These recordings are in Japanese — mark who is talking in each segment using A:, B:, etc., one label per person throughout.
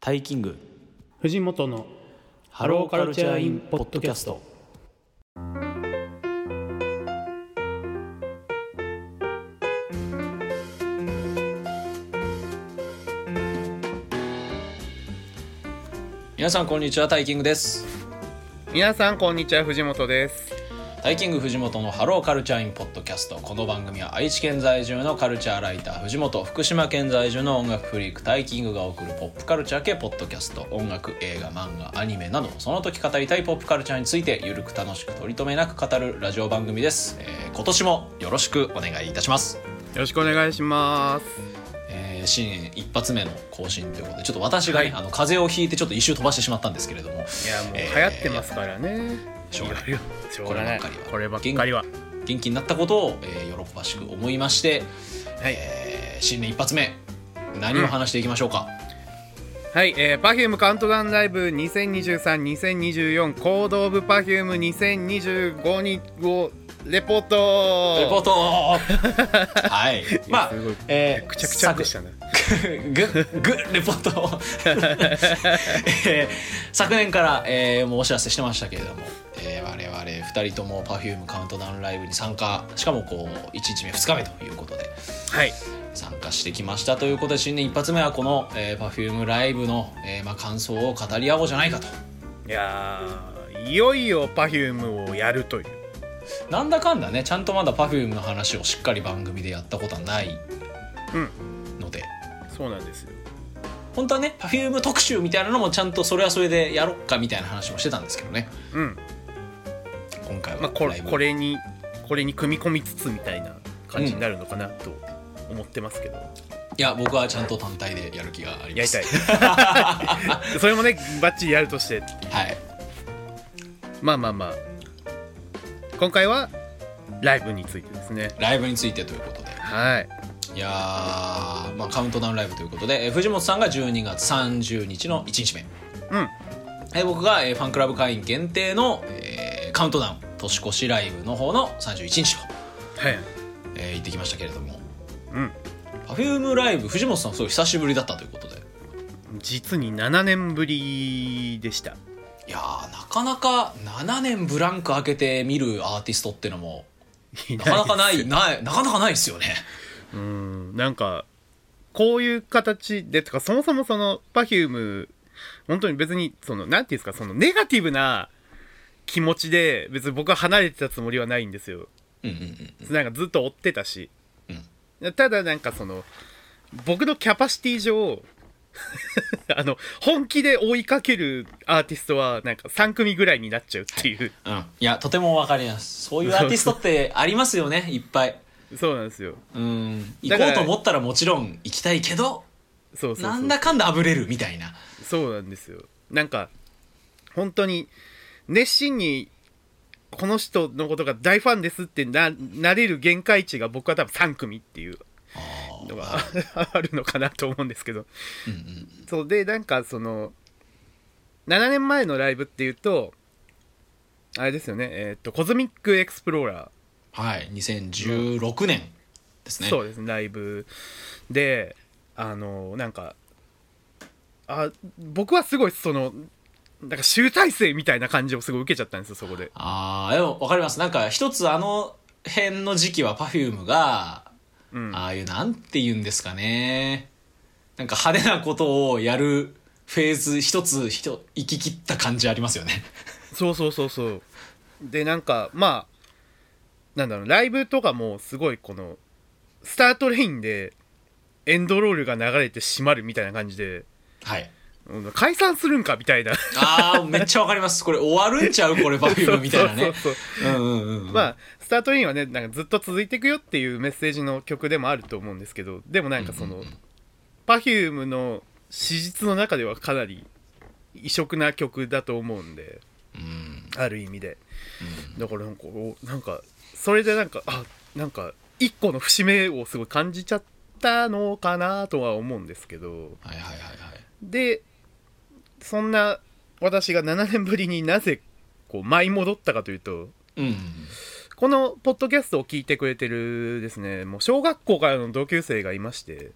A: タイキング
B: 藤本の
A: ハローカルチャーインポッドキャスト皆さんこんにちはタイキングです
B: 皆さんこんにちは藤本です
A: タイキング藤本のハローカルチャーインポッドキャストこの番組は愛知県在住のカルチャーライター藤本福島県在住の音楽フリークタイキングが送るポップカルチャー系ポッドキャスト音楽映画漫画アニメなどその時語りたいポップカルチャーについてゆるく楽しく取り留めなく語るラジオ番組です、えー今年もよろしくお願いいたします、
B: よろしくお願いします
A: えー新年一発目の更新ということでちょっと私がね、あの風邪をひいてちょっと一周飛ばしてしまったんですけれども
B: いやもう
A: えー
B: 流行ってますからね、
A: しょうがない
B: いろいろしょうがない
A: こ
B: こ
A: れ
B: れ
A: ば
B: ば
A: っ
B: っ
A: か
B: か
A: り
B: り
A: は
B: は
A: 元気になったことを、えー喜ばしく思いまして、
B: はい
A: えー新年一発目何を話していきましょうか、
B: はい、えー、Perfume カウントダウンライブ2023-2024コードオブ Perfume2025 にをレポート
A: という ことはいまあ
B: すごい
A: えー
B: くちゃくちゃでしたね
A: ぐぐレポー トを、えー昨年から、えーもうお知らせしてましたけれども、えー我々2人とも Perfume カウントダウンライブに参加しかもこう1日目2日目ということで
B: はい
A: 参加してきましたということで新年一発目はこの、えー、Perfume ライブの、えーまあ、感想を語り合おうじゃないかと
B: いやーいよいよ Perfume をやるという
A: なんだかんだねちゃんとまだ Perfume の話をしっかり番組でやったことはない
B: うん
A: ので、
B: そうなんですよ
A: 本当はね Perfume 特集みたいなのもちゃんとそれはそれでやろっかみたいな話もしてたんですけどね
B: うん
A: 今回は、
B: まあ、こ
A: ライブ
B: これにこれに組み込みつつみたいな感じになるのかなと思ってますけど、
A: いや僕はちゃんと単体でやる気がありま
B: やり
A: す
B: たい それもねバッチリやるとして
A: はい
B: まあまあまあ今回はライブについてですね
A: ライブについてということで
B: はい
A: いやー、まあ、カウントダウンライブということで、えー藤本さんが12月30日の1日目、
B: うん
A: えー僕が、えーファンクラブ会員限定の、えーカウントダウン年越しライブの方の31日と、
B: はい
A: えー行ってきましたけれども
B: うん
A: パフュームライブ藤本さんすごい久しぶりだったということで
B: 実に7年ぶりでした
A: いやーなかなか7年ブランク開けて見るアーティストってのもなかなかない
B: です
A: ないなかなかないですよね
B: うんなんかこういう形でとかそもそもその Perfume 本当に別にそのなんていうんですかそのネガティブな気持ちで別に僕は離れてたつもりはないんですよ
A: うんうんうん
B: なんかずっと追ってたし、ただなんかその僕のキャパシティ上 あの本気で追いかけるアーティストはなんか3組ぐらいになっちゃうっていう、
A: うん、いやとてもわかりますそういうアーティストってありますよねいっぱい
B: そうなんですよ
A: うん行
B: だ
A: こ
B: から
A: うと思ったらもちろん行きたいけど
B: そうそうそう
A: なんだかんだあぶれるみたいな
B: そうなんですよなんか本当に熱心にこの人のことが大ファンですってななれる限界値が僕は多分3組っていうのがあるのかなと思うんですけど、そうでなんかその7年前のライブっていうとあれですよねえーっとコズミックエクスプローラ
A: はい2016年です
B: ー、
A: ね
B: そうですねライブであのなんかあ僕はすごいそのなんか集大成みたいな感じをすごい受けちゃったんですよそこ で
A: ああでもわかりますなんか一つあの辺の時期は Perfume が、
B: うん
A: ああいうなんて言うんですかねなんか派手なことをやるフェーズ一つひと行き切った感じありますよ ね
B: そうそうそうそうでなんかまあなんだろうライブとかもすごいこのスタートレインでエンドロールが流れて閉まるみたいな感じで
A: はい
B: うん解散するんかみ たいな
A: ああめっちゃわかりますこれ終わるんちゃうこれ Perfume みたいなね
B: そうそうそ
A: う
B: う
A: んうんうんうん
B: まあスタートインはねなんかずっと続いていくよっていうメッセージの曲でもあると思うんですけどでもなんかその Perfume の史実の中ではかなり異色な曲だと思うんで
A: うん
B: ある意味でだからなんかおなんかそれでなんかあなんか一個の節目をすごい感じちゃったのかなとは思うんですけど
A: はいはいはいはい
B: でそんな私が7年ぶりになぜこう舞い戻ったかというと
A: うん
B: このポッドキャストを聞いてくれてるですねもう小学校からの同級生がいまして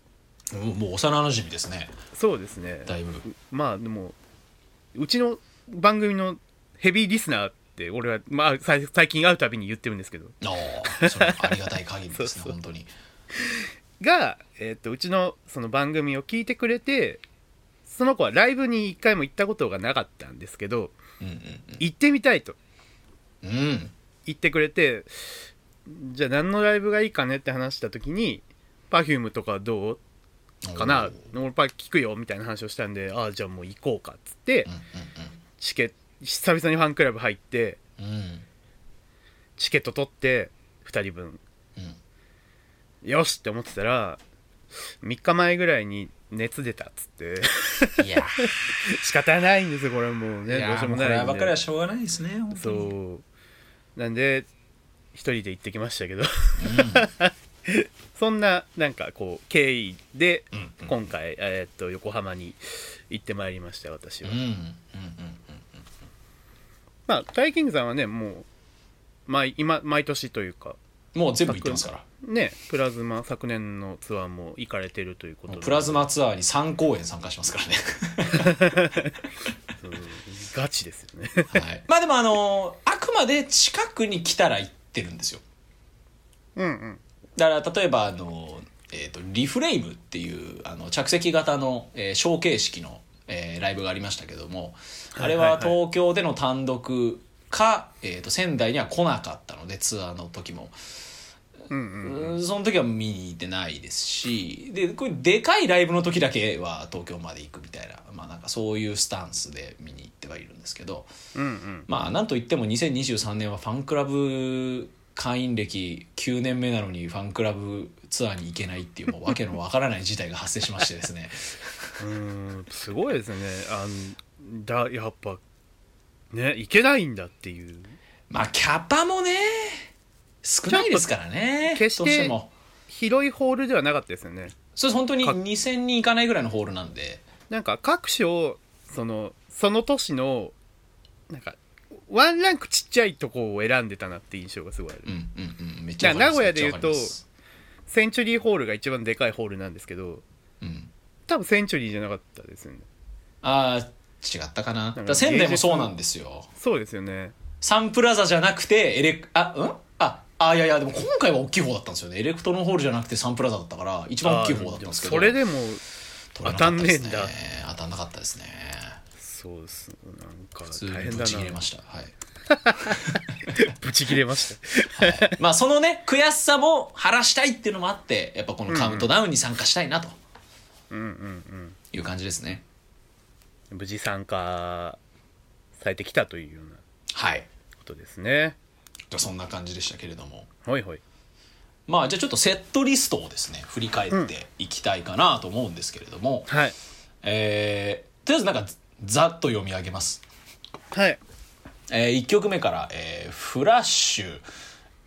A: もうもう幼なじみですね
B: そうですね
A: だいぶ
B: まあでもうちの番組のヘビーリスナーって俺は、まあ、さい最近会うたびに言ってるんですけど
A: ああそれはありがたい限りですね
B: そうそう
A: 本当に
B: が、えっとうちのその番組を聞いてくれてその子はライブに一回も行ったことがなかったんですけど
A: うん
B: 行ってみたいと
A: うんうんうん
B: 言ってくれてじゃあ何のライブがいいかねって話した時に Perfume とかどうかな俺パ聞くよみたいな話をしたんでああじゃあもう行こうかっつって
A: うん
B: チケット久々にファンクラブ入って
A: うんうんうん
B: チケット取って2人分
A: うん
B: よしって思ってたら3日前ぐらいに熱出たっつって
A: いや
B: 仕方ないんですよこれもう
A: い
B: ねどう
A: や
B: しよう
A: もう
B: も
A: これ
B: ない
A: ば
B: ん
A: っかりは
B: で
A: しょうがないですね本当に
B: そうなんで1人で行ってきましたけど そんななんかこう経緯で
A: うんうんうん
B: 今回、えーっと横浜に行ってまいりました私
A: う
B: は、
A: んうんうん
B: まあタイキングさんはねもう毎今毎年というか
A: うんもう全部行ってますから
B: ねプラズマ昨年のツアーも行かれてるということ
A: も
B: で
A: うプラズマツアーに3公演参加しますからね
B: うんガチですよね
A: はい、まあでもあのーあくまで近くに来たら行ってるんですよ
B: うんうん
A: だから例えばあのー、えー、とリフレイムっていうあの着席型の、えー、ショー形式の、えーライブがありましたけどもあれ
B: はい
A: は
B: はいはい
A: 東京での単独か、えー、と仙台には来なかったのでツアーの時も
B: うんうん
A: うんその時は見に行ってないですしでこれでかいライブの時だけは東京まで行くみたいな,、まあ、なんかそういうスタンスで見に行ってはいるんですけど。
B: うんうん
A: まあなんといっても2023年はファンクラブ会員歴9年目なのにファンクラブツアーに行けないっていうもう訳のわからない事態が発生しましてですね
B: うんすごいですねあのだやっぱねいけないんだっていう
A: まあキャパもね少ないですからね
B: ちょっ
A: どうし
B: と決して
A: ても
B: 広いホールではなかったですよね
A: それ本当に
B: か
A: 2000人いかないぐらいのホールなんで
B: なんか各所そのその年のなんかワンランクちっちゃいとこを選んでたなって印象がすごいある、
A: うんうんうんめっちゃわかります
B: 名古屋で言うと
A: めっちゃわかります
B: センチュリーホールが一番でかいホールなんですけど
A: うん
B: 多分センチュリーじゃなかったですよね
A: ああ違ったかなだから仙台もそうなんですよ
B: そうですよね
A: サンプラザじゃなくてエレクあうんああいやいやでも今回は大きい方だったんですよねエレクトロンホールじゃなくてサンプラザだったから一番大きい方だったんですけど
B: あーもそれでも
A: 取れなかったです
B: 当たんね
A: 当たんなかったですね
B: そうですなんか
A: 普通
B: 大
A: に
B: 変
A: ぶ
B: だ
A: ち切れ
B: な
A: ましたはい、
B: ブチ切れました
A: はい、 まあそのね悔しさも晴らしたいっていうのもあってやっぱこのカウントダウンに参加したいなと
B: うんうん
A: いう感じですね
B: うん無事参加されてきたというような
A: はい
B: ことですね
A: そんな感じでしたけれども
B: ほいほい
A: まあじゃあちょっとセットリストをですね振り返っていきたいかなと思うんですけれども、
B: はい
A: えーとりあえずなんかざっと読み上げます
B: はい
A: え1曲目から、えーフラッシュ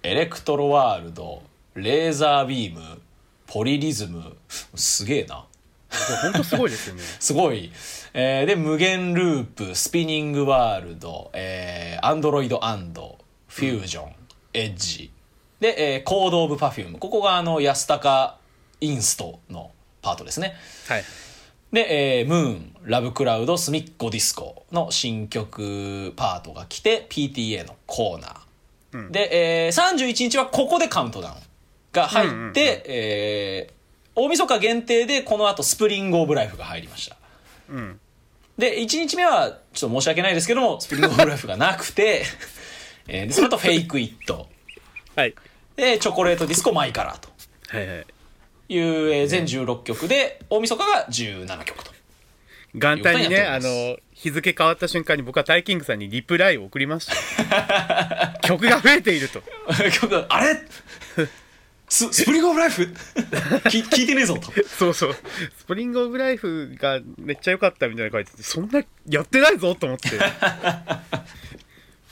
A: エレクトロワールドレーザービームポリリズムすげえな
B: 本当すごいですよね
A: すごい、えーで無限ループスピニングワールド、えーアンドロイドアンドフュージョン、エッジで、えーコード・オブ・パフュームここがあの安高インストのパートですね
B: はい
A: で、えームーン、ラブクラウド、スミッコディスコの新曲パートが来て、PTA のコーナー。で、えー31日はここでカウントダウンが入って、
B: うんうんうん
A: えー大晦日限定でこの後スプリングオブライフが入りました。
B: うん
A: で、1日目はちょっと申し訳ないですけども、スプリングオブライフがなくて、 えーでその後フェイクイット。
B: はい
A: で、チョコレートディスコマイカラーと
B: はいはい
A: いう、えー全16曲で、大晦日が17曲と。
B: 元旦にね
A: や
B: あ
A: っております
B: の日付変わった瞬間に僕はタイキングさんにリプライを送りました 曲が増えていると
A: 曲があれススプリングオブライ フ聞聞いてねえぞと
B: そうそうスプリング・オブ・ライフがめっちゃ良かったみたいなの書いててそんなやってないぞと思って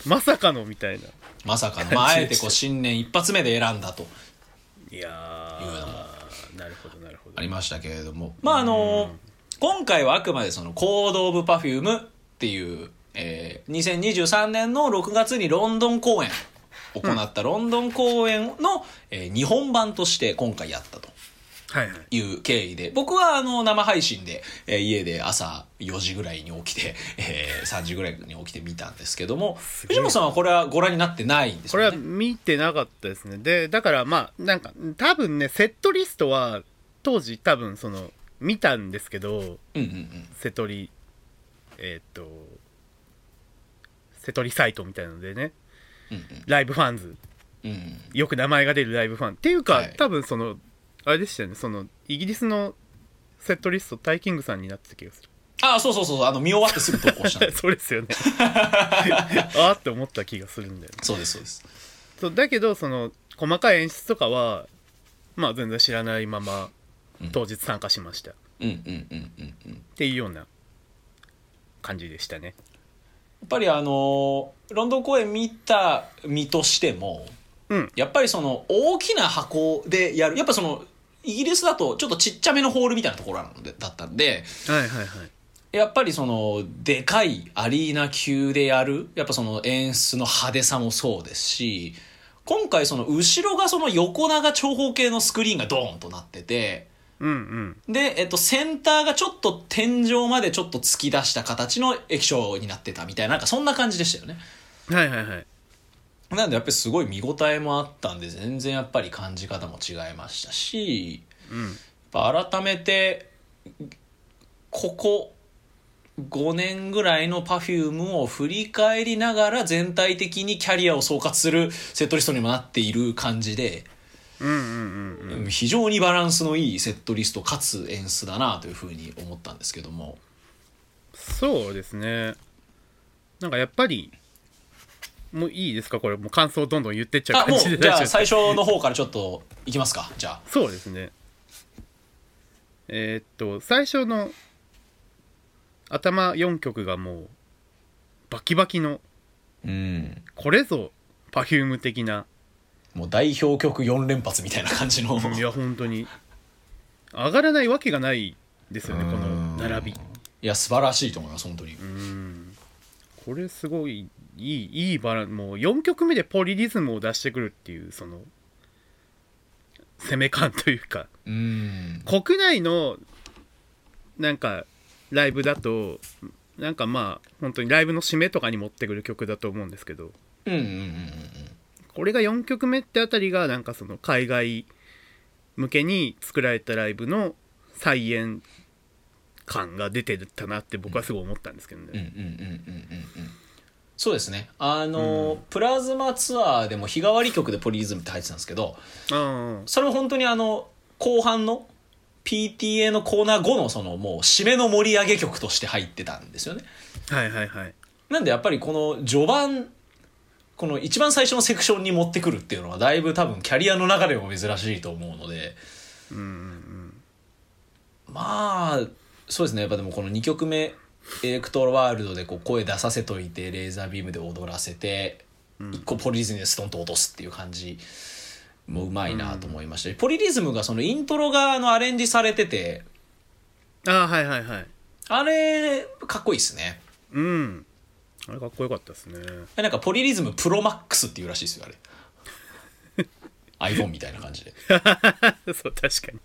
B: まさかのみたいな
A: まさかの、まあ、あえてこう新年一発目で選んだと
B: いや
A: いうのも
B: ーなるほどなるほ
A: あ
B: ど
A: りましたけれどもまああの今回はあくまでその「コード・オブ・パフューム」っていう、えー2023年の6月にロンドン公演行ったロンドン公演の、えー日本版として今回やったと
B: はいはい
A: いう経緯で、僕はあの生配信で、えー家で朝4時ぐらいに起きて、 えー3時ぐらいに起きて見たんですけども、
B: げえ
A: 藤本さんはこれはご覧になってないんです
B: こ
A: よね。
B: れは見てなかったですねでだからまあなんか多分ねセットリストは当時多分その見たんですけ
A: う
B: ど
A: んうんうん。
B: 瀬戸りえーっと瀬戸りサイトみたいなのでね
A: うん
B: ライブファンズ
A: うん。うん
B: よく名前が出るライブファンっていうか、
A: はい
B: 多分そのあれでしたよねそのイギリスのセットリストタイキングさんになってた気がする
A: あ、そうそうそうそう、あの、見終わってすぐ投稿したんです。
B: そうですよねああって思った気がするんだよ ね
A: そうです、そうです。
B: そうだけどその細かい演出とかはまあ全然知らないまま
A: うん
B: 当日参加しました、っ
A: うんうんうんうんうん。や
B: ていうような感じでしたね
A: っぱりあのーロンドン公演見た身としても、
B: うん
A: やっぱりその、大きな箱でやる、やっぱその、イギリスだとちょっとちっちゃめのホールみたいなところなので、だったんで、
B: はいはいはい
A: やっぱりそのでかいアリーナ級でやるやっぱその演出の派手さもそうですし今回その後ろがその横長長方形のスクリーンがドーンとなってて
B: うんうん
A: で、えっと、センターがちょっと天井までちょっと突き出した形の液晶になってたみたいななんかそんな感じでしたよね。
B: はいはいはい
A: なんでやっぱりすごい見応えもあったんで全然やっぱり感じ方も違いましたし
B: うん
A: やっぱ改めてここ5年ぐらいの Perfume を振り返りながら全体的にキャリアを総括するセットリストにもなっている感じで、
B: うんうんうんうん
A: 非常にバランスのいいセットリストかつ演出だなというふうに思ったんですけども
B: そうですねなんかやっぱりもういいですかこれもう感想どんどん言ってっちゃう
A: あも
B: 感じで
A: うじゃ
B: 大丈夫
A: あ最初の方からちょっといきますかじゃあ
B: そうですねえーっと最初の頭4曲がもうバキバキの
A: うん
B: これぞ Perfume 的な
A: もう代表曲4連発みたいな感じの
B: いや本当に上がらないわけがないですよねこの並び
A: いや素晴らしいと思います本当に
B: うんこれすごいいいいいバランもう4曲目でポリリズムを出してくるっていうその攻め感というか
A: うん
B: 国内のなんかライブだとなんかまあ本当にライブの締めとかに持ってくる曲だと思うんですけど
A: うんうんうんうん
B: これが4曲目ってあたりがなんかその海外向けに作られたライブの再演感が出てたなって僕はすごい思ったんですけどね。
A: うんうんうんうんうんうんそうですねあの、プラズマツアーでも日替わり曲でポリリズムって入ってたんですけど
B: あ
A: それも本当にあの後半の PTA のコーナー後のそのもう締めの盛り上げ曲として入ってたんですよね
B: あはいはいはい。
A: なんでやっぱりこの序盤この一番最初のセクションに持ってくるっていうのはだいぶ多分キャリアの中でも珍しいと思うので
B: うんうん
A: まあそうですねやっぱでもこの2曲目エレクトロワールドでこう声出させといてレーザービームで踊らせて、一個ポリリズムでストンと落とすっていう感じもうまいなと思いましたし、ポリリズムがそのイントロがあのアレンジされてて
B: うん。ああはいはいはい。
A: あれかっこいいですね
B: うん。あれかっこよかったですね。
A: なんかポリリズムプロマックスっていうらしいですよ あれ iPhone みたいな感じで
B: そう確かに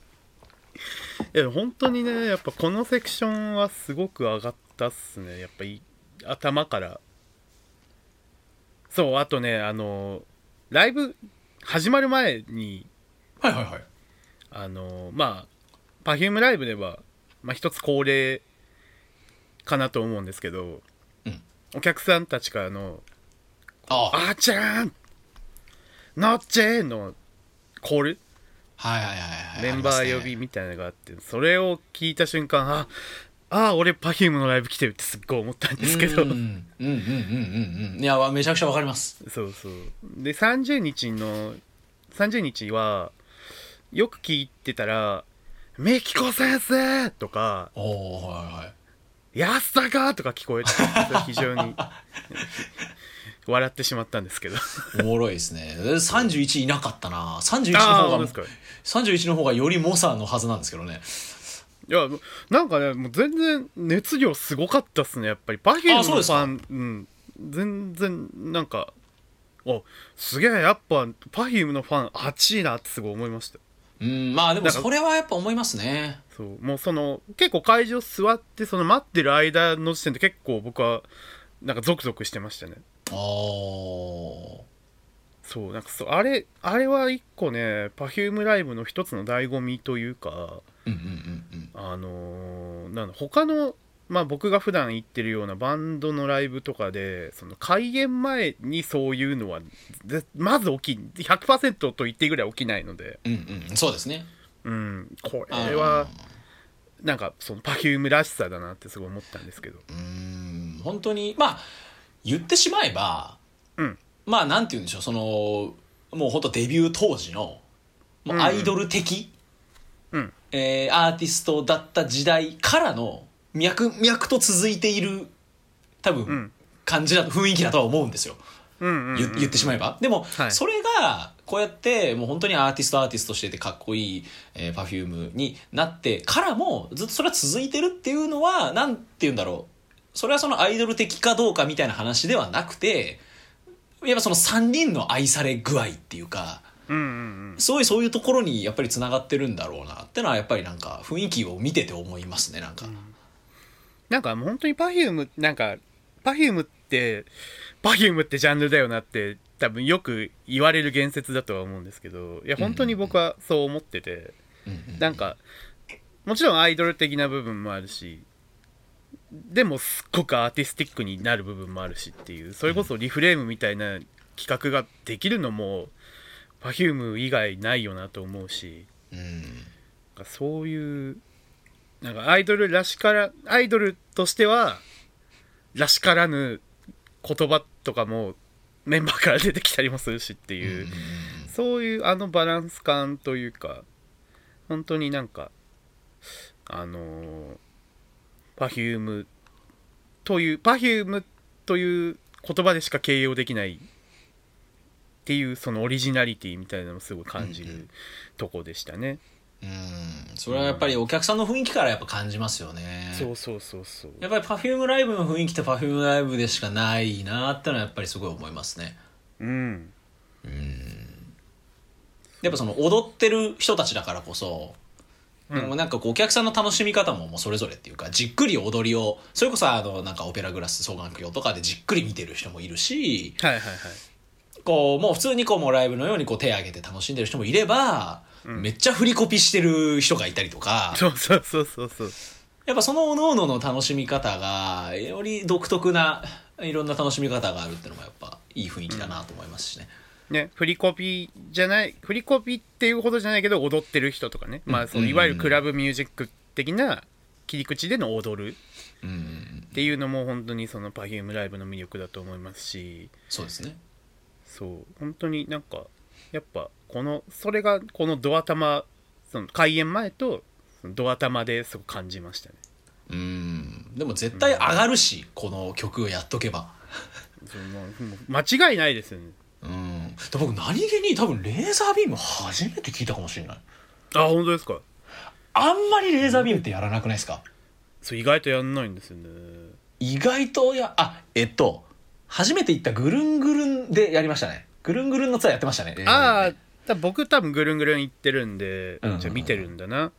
B: いや本当にねやっぱこのセクションはすごく上がったっすねやっぱい頭からそうあとねあのライブ始まる前に
A: はいはいはい
B: あのまあ Perfume ライブでは、まあ、一つ恒例かなと思うんですけど、
A: うん
B: お客さんたちからの「
A: ああ
B: あーちゃーんのっちーのコール
A: はいはいはいはい
B: メンバー呼びみたいなのがあってそれを聞いた瞬間ああー俺 Perfume のライブ来てるってすっごい思ったんですけど
A: うんうんうんうんうんうんいやめちゃくちゃわかります
B: そうそうで30日の30日はよく聞いてたら「メキコ先生!」とか
A: おおはいはい
B: 「安坂!」とか聞こえてそれ非常 に笑ってしまったんですけど
A: おもろいですね。31いなかったな。31の
B: ああ
A: 方
B: ー
A: が
B: です、かい
A: 31の方がよりモサのはずなんですけどね。
B: やもうなんかねもう全然熱量すごかったっすねやっぱり Perfume
A: あ
B: の
A: そ
B: フ
A: うですか
B: ァンうん全然なんかおすげえやっぱ Perfume のファン熱いなってすごい思いました
A: ううんまあでも
B: なんか
A: それはやっぱ思いますね
B: そうもうその結構会場座ってその待ってる間の時点で結構僕はなんかゾクゾクしてましたね
A: あー
B: そうなんかそうあれあれは一個ね Perfume ライブの一つの醍醐味というか
A: うんうんうんうん
B: あのーなんだ他の、まあ、僕が普段行ってるようなバンドのライブとかでその開演前にそういうのはぜまず起き100%と言っていいぐらい起きないので、
A: うんうんそうですね
B: うん、こ
A: あー
B: れはなんかその Perfume らしさだなってすごい思ったんですけど
A: うん本当にまあ言ってしまえば、
B: うん
A: まあなんて言うんでしょうそのもう本当デビュー当時のもうアイドル的、
B: うん
A: えーアーティストだった時代からの脈脈と続いている多分、
B: ん
A: 感じだと雰囲気だとは思うんですよ。
B: うんうん、う
A: 言
B: ん、
A: 言ってしまえば。でも、
B: はい
A: それが、こうやって、もう本当にアーティストアーティストしててかっこいい、えー、パフュームになってからも、ずっとそれは続いてるっていうのは、なんて言うんだろう。それはそのアイドル的かどうかみたいな話ではなくて、やっぱその3人の愛され具合っていうか、
B: うんうん
A: すごいそういうところにやっぱり繋がってるんだろうなってのは、やっぱりなんか雰囲気を見てて思いますね、なんか。
B: なんかもう本当に Perfume なんか Perfume って Perfume ってジャンルだよなって多分よく言われる言説だとは思うんですけどいや本当に僕はそう思ってて、
A: うんうん
B: なんかもちろんアイドル的な部分もあるしでもすっごくアーティスティックになる部分もあるしっていうそれこそリフレームみたいな企画ができるのも Perfume 以外ないよなと思うし
A: うん
B: なんかそういうなんかアイドルらしからアイドルとしてはらしからぬ言葉とかもメンバーから出てきたりもするしっていう。
A: うん
B: そういうあのバランス感というか本当になんかあのー、Perfume という Perfume という言葉でしか形容できないっていうそのオリジナリティみたいなのもすごい感じ
A: うんう
B: るとこでしたね、
A: うんそれはやっぱりお客さんの雰囲気からやっぱ感じますよね。
B: そうそうそうそう
A: やっぱり Perfume ライブの雰囲気って Perfume ライブでしかないなってのはやっぱりすごい思いますね。
B: うん
A: やっぱその踊ってる人たちだからこそ、でもなんかこうお客さんの楽しみ方ももうそれぞれっていうか、じっくり踊りを、それこそあのなんかオペラグラス双眼鏡とかでじっくり見てる人もいるし、
B: はいはいはい
A: こうもう普通にこうもうライブのようにこう手挙げて楽しんでる人もいれば、めっちゃ振りコピしてる人がいたりとか、
B: そうそうそうそうそう
A: やっぱその各々の楽しみ方が、より独特ないろんな楽しみ方があるっていうのもやっぱいい雰囲気だなと思いますしね。
B: ね、振りコピーじゃない振りコピーっていうほどじゃないけど踊ってる人とかね、まあ、その
A: うん
B: いわゆるクラブミュージック的な切り口での踊る
A: うん、
B: っていうのも本当にその Perfume ライブの魅力だと思いますし
A: そうですね。
B: そう本当になんかやっぱこのそれがこのドア玉その開演前とそのドア玉ですごく感じましたね
A: うん、でも絶対上がるし、この曲をやっとけば。
B: そのもうもう間違いないですよね
A: うん、で僕何気に多分レーザービーム初めて聞いたかもしれない。
B: あ本当ですか
A: あんまりレーザービームってやらなくないですか
B: そう意外とやんないんですよね
A: 意外とや、あ、えっと、初めて行ったぐるんぐるんでやりましたね。ぐるんぐるんのツアーやってましたね。レーザービームね
B: ああ僕多分ぐるんぐるん行ってるんで、
A: うんうんうん
B: じゃあ見てるんだな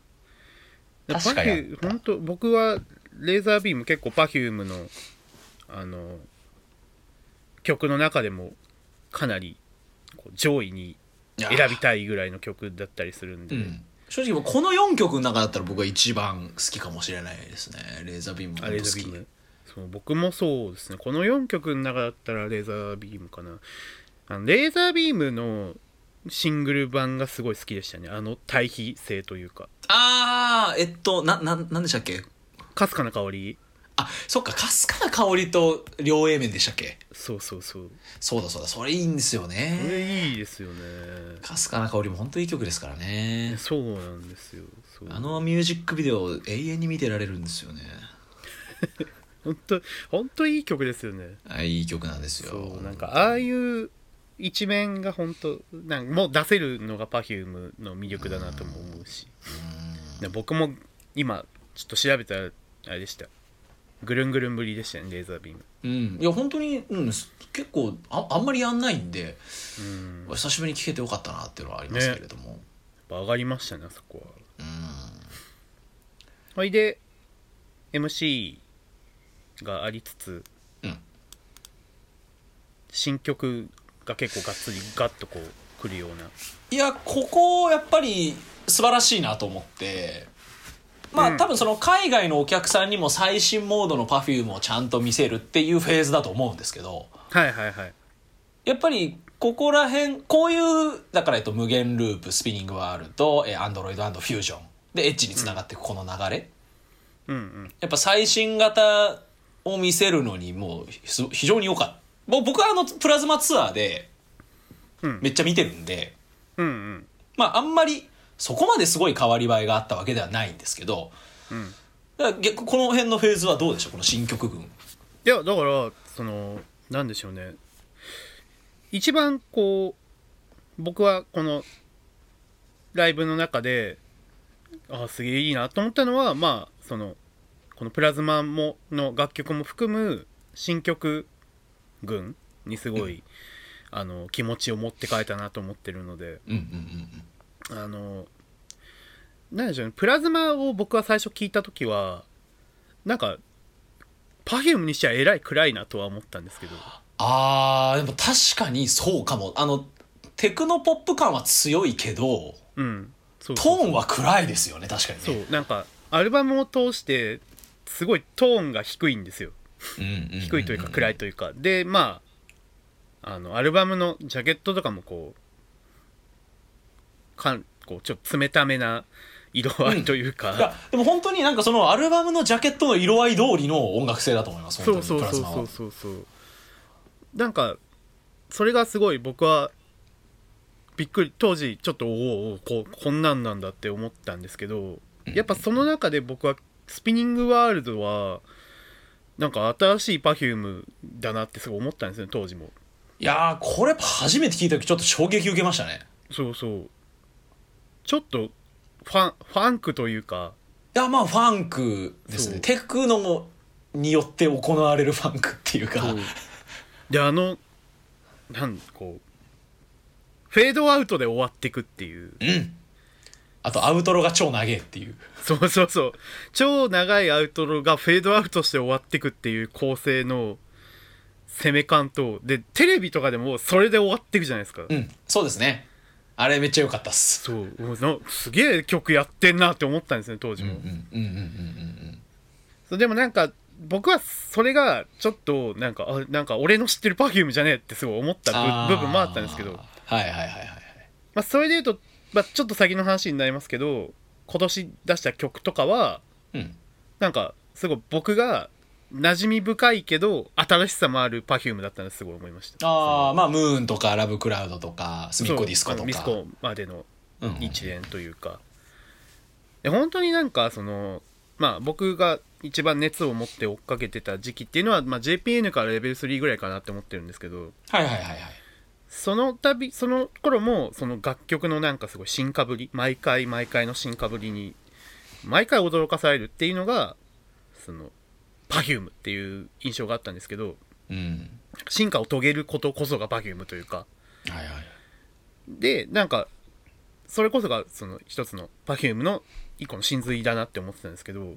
A: 確かやっ
B: Perfume 本当僕はレーザービーム結構 Perfume のあの曲の中でもかなりこう上位に
A: いや
B: 選びたいぐらいの曲だったりするんで、
A: 正直この4曲の中だったら僕が一番好きかもしれないですねレーザービーム
B: あ
A: 本
B: レ
A: 当
B: ーザー
A: 好
B: ビー
A: き
B: ムそう僕もそうですねこの4曲の中だったらレーザービームかなあのレーザービームのシングル版がすごい好きでしたねあの対比性というか
A: あーえっとなななんでしたっけ
B: かすかな香り
A: あそっかかすかな香りと両 A 面でしたっけ
B: そうそうそう
A: そうだそうだそれいいんですよ
B: こ
A: ね
B: れいいですよね
A: かすかな香りも本当いい曲ですからね
B: そうなんですよそう
A: あのミュージックビデオ永遠に見てられるんですよね
B: 本当本当いい曲ですよね
A: あいい曲なんですよ
B: そうなんかああいう一面が本当なんかもう出せるのが Perfume の魅力だなとも思うしで僕も今ちょっと調べたらあれでしたぐるんぐるんぶりでしたねレーザービーム
A: うんいや本当にうんす結構ああんまりやんないんで
B: うん
A: 久しぶりに聴けてよかったなっていうのはありますけれども、
B: ぱ上がりましたねあそこは
A: うん
B: ほいで MC がありつつ、
A: うん
B: 新曲が結構がっつりガッとこうくるようない
A: やここやっぱり素晴らしいなと思ってまあ、
B: うん
A: 多分その海外のお客さんにも最新モードの Perfume をちゃんと見せるっていうフェーズだと思うんですけど
B: はいはいはい
A: やっぱりここら辺こういうだから、えっと、無限ループスピニングワールドえーアンドロイドフュージョンでエッジにつながっていくこの流れ、
B: うんうん
A: やっぱ最新型を見せるのにもうす非常に良かったもう僕はあのプラズマツアーで
B: うん
A: めっちゃ見てるんで、
B: うんうん
A: まああんまりそこまですごい変わり映えがあったわけではないんですけど
B: うん
A: だから逆この辺のフェーズはどうでしょうこの新曲群
B: いやだからそのなんでしょうね一番こう僕はこのライブの中であすげえいいなと思ったのはまあそのこのプラズマもの楽曲も含む新曲群にすごい、あの気持ちを持って帰ったなと思ってるので
A: うんうんうん
B: あのなんでしょうねプラズマを僕は最初聞いた時はなんか Perfume にしちゃえらい暗いなとは思ったんですけど
A: あーでも確かにそうかもあのテクノポップ感は強いけど
B: うんそう
A: ト
B: そう
A: ーンは暗いですよね確かに
B: そ
A: ね
B: うなんかアルバムを通してすごいトーンが低いんですよ低
A: 低
B: いというか暗
A: い
B: いというかでまああのアルバムのジャケットとかもこうかんこうちょっと冷ためな色合いというか、
A: いやでも本当になんかそのアルバムのジャケットの色合い通りの音楽性だと思います
B: そ
A: 本
B: う
A: 当
B: そ
A: に
B: う
A: プラ
B: そ
A: ズ
B: う
A: マは
B: そうそうそうなんかそれがすごい僕はびっくり当時ちょっとおうおうこうこんなんなんだって思ったんですけどやっぱその中で僕はスピニングワールドはなんか新しい Perfume だなってすごい思ったんですよね当時も
A: いやーこれ初めて聞いた時ちょっと衝撃受けましたね
B: そうそうちょっとファンファンクというか
A: いやまあファンクです
B: そ
A: ね
B: う
A: テクノによって行われるファンクっていうか
B: そうであのなんこうフェードアウトで終わってくっていう
A: うんあとアウトロが超長えっていう
B: そうそうそう超長いアウトロがフェードアウトして終わってくっていう構成の攻め感とでテレビとかでもそれで終わってくじゃないですか、
A: うんそうですねあれめっちゃ良かったっす
B: そうもうなすげえ曲やってんなって思ったんですね当時
A: うん
B: も、
A: うんうんうんうん
B: そうでもなんか僕はそれがちょっとなんかあなんか俺の知ってる Perfume じゃねえってすごい思った
A: あ
B: 部
A: ー
B: 部分もあったんですけど
A: はいはいはいはいはい
B: まあ、それで言うと、まあ、ちょっと先の話になりますけど今年出した曲とかは
A: うん
B: なんかすごい僕が馴染み深いけど新しさもある Perfume だったのすごい思いました
A: ああまあムーンとかラブクラウドとかスミッコディスコと
B: そうあ
A: か
B: のミスコまでの
A: うんうん
B: 一連というか、で本当になんかそのまあ僕が一番熱を持って追っかけてた時期っていうのは、まあ、JPN からレベル3ぐらいかなって思ってるんですけど
A: はいはいはいはい
B: その度その頃もその楽曲のなんかすごい進化ぶり毎回毎回の進化ぶりに毎回驚かされるっていうのがその Perfume っていう印象があったんですけど
A: うん
B: 進化を遂げることこそが Perfume というか
A: はいはい
B: でなんかそれこそがその一つの Perfume の一個の真髄だなって思ってたんですけど、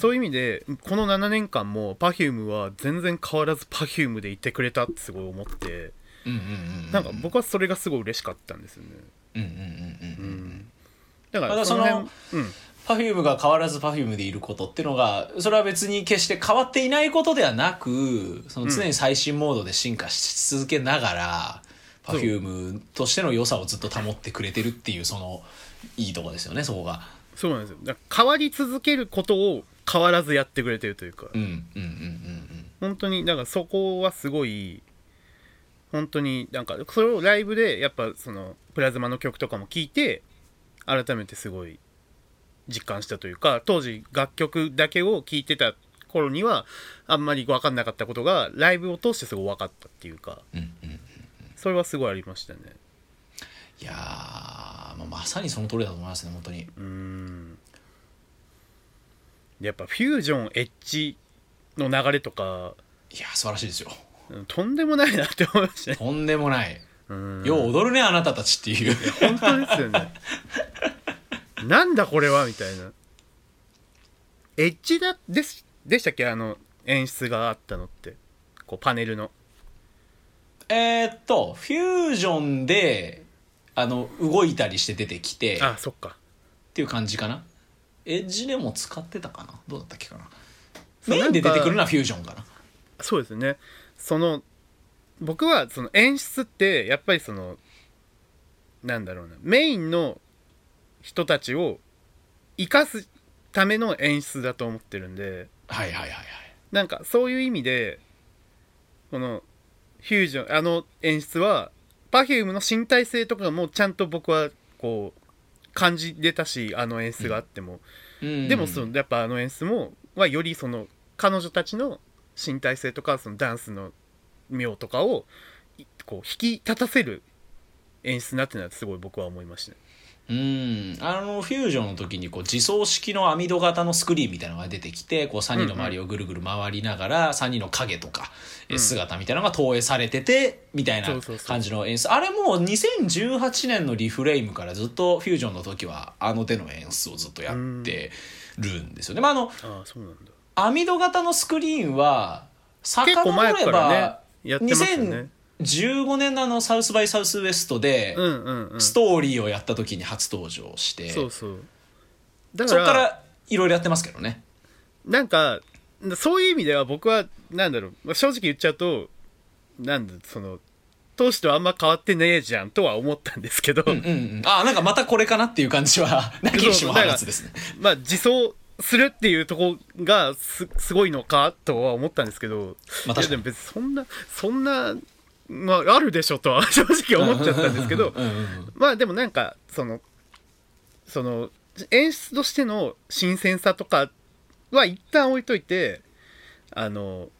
B: そういう意味でこの7年間も Perfume は全然変わらず Perfume でいてくれたってすごい思って
A: うんうんうんうん
B: なんか僕はそれがすごい嬉しかったんですよね。
A: うんうんうんうん
B: うんだか
A: ま
B: ら
A: だ
B: そ
A: そ
B: の
A: の
B: 辺うん、
A: パフュームが変わらずパフュームでいることっていうのがそれは別に決して変わっていないことではなくその常に最新モードで進化し続けながら、
B: ん
A: パフュームとしての良さをずっと保ってくれてるっていうそのいいとこですよねそこが。
B: そうなんですよだから変わり続けることを変わらずやってくれてるというか、
A: うんうんうんうん
B: 本当にだからそこはすごい本当になんかそれをライブでやっぱそのプラズマの曲とかも聴いて改めてすごい実感したというか当時楽曲だけを聴いてた頃にはあんまり分かんなかったことがライブを通してすごい分かったっていうか
A: うんうんうん。
B: それはすごいありましたね
A: いやーまあまさにその通りだと思いますね本当に。
B: うーんやっぱフュージョンエッジの流れとか
A: いやー素晴らしいですよ。
B: うんとんでもないなって思いましたね
A: とんでもない。
B: うん
A: よう踊るねあなたたちっていう
B: 本当ですよねなんだこれはみたいなエッジだでしでしたっけあの演出があったのってこうパネルの
A: えーっとフュージョンであの動いたりして出てきてっ
B: あそっか
A: ていう感じかなエッジでも使ってたかなどうだったっけかな
B: そう
A: メインで出
B: なんか
A: てくるのはフュージョンかな
B: そうですねその僕はその演出ってやっぱりそのなんだろうなメインの人たちを生かすための演出だと思ってるんで
A: はいはいはいはい
B: なんかそういう意味でこのフュージョンあの演出は Perfume の身体性とかもちゃんと僕はこう感じれたしあの演出があっても、
A: うん
B: でもそのやっぱあの演出もはよりその彼女たちの身体性とかそのダンスの妙とかをいこう引き立たせる演出になってるなってすごい僕は思いましたね
A: うんあのフュージョンの時にこう自走式の網戸型のスクリーンみたいなのが出てきてこう3人の周りをぐるぐる回りながら3人の影とかえ
B: うん
A: 姿みたいなのが投影されててみたいな
B: そうそうそう
A: 感じの演出あれもう2018年のリフレイムからずっとフュージョンの時はあの手の演出をずっとやってるんですよね。まあ、あの
B: ああそうなんだ
A: 網戸型のスクリーンは
B: 結構前
A: 遡れ
B: から
A: ば
B: ねやってますよね
A: 2015年のあのサウスバイサウスウエストで
B: うんうんうん
A: ス
B: そ
A: トーリーをやった時に初登場して。
B: うそうだか
A: そ
B: ら
A: こからいろいろやってますけどね。
B: なんかそういう意味では僕はなんだろうまあ正直言っちゃうとなんだその当時とあんま変わってねえじゃんとは思ったんですけど、
A: うんうん。あ、なんかまたこれかなっていう感じは、 なきにしもあらずですね。
B: まあ自走するっていうとこがすすごいのかとは思ったんですけど、
A: まあ確かに
B: いやでも別にそんなそんな、まあ、あるでしょとは 正直思っちゃったんですけど
A: うんうんうん
B: まあでもなんかそのその演出としての新鮮さとかは一旦置いといてあの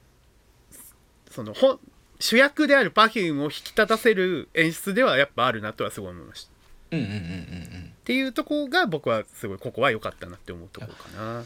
B: そのほん主役である Perfume を引き立たせる演出ではやっぱあるなとはすごい思いました。
A: うんうんうんうんうん。
B: っていうとこが僕はすごいここは良かったなって思うとこかな。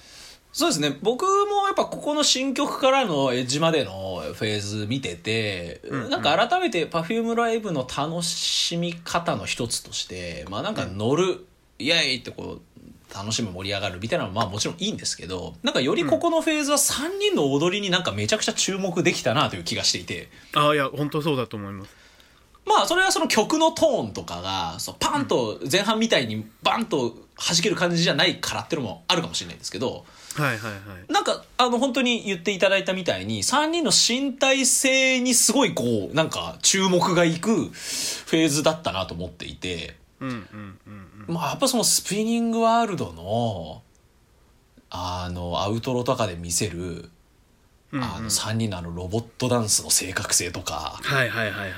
A: そうですね。僕もやっぱここの新曲からのエッジまでのフェーズ見てて、
B: うんうん
A: なんか改めて Perfume ライブの楽しみ方の一つとして、まあなんか乗る、イエーイってこう、楽しむ盛り上がるみたいなのはまあもちろんいいんですけど、なんかよりここのフェーズは3人の踊りになんかめちゃくちゃ注目できたなという気がしていて。
B: ああいや本当そうだと思います。
A: まあそれはその曲のトーンとかがそうパンと前半みたいにバンと弾ける感じじゃないからっていうのもあるかもしれないんですけど
B: はいはいはい。
A: なんかあの本当に言っていただいたみたいに3人の身体性にすごいこうなんか注目がいくフェーズだったなと思っていて
B: うんうんうん
A: まあやっぱそのスピニングワールドのあのアウトロとかで見せる
B: うん。
A: あ
B: うんう
A: の
B: ん
A: 3人のあのロボットダンスの正確性とか
B: はいはいはいはい。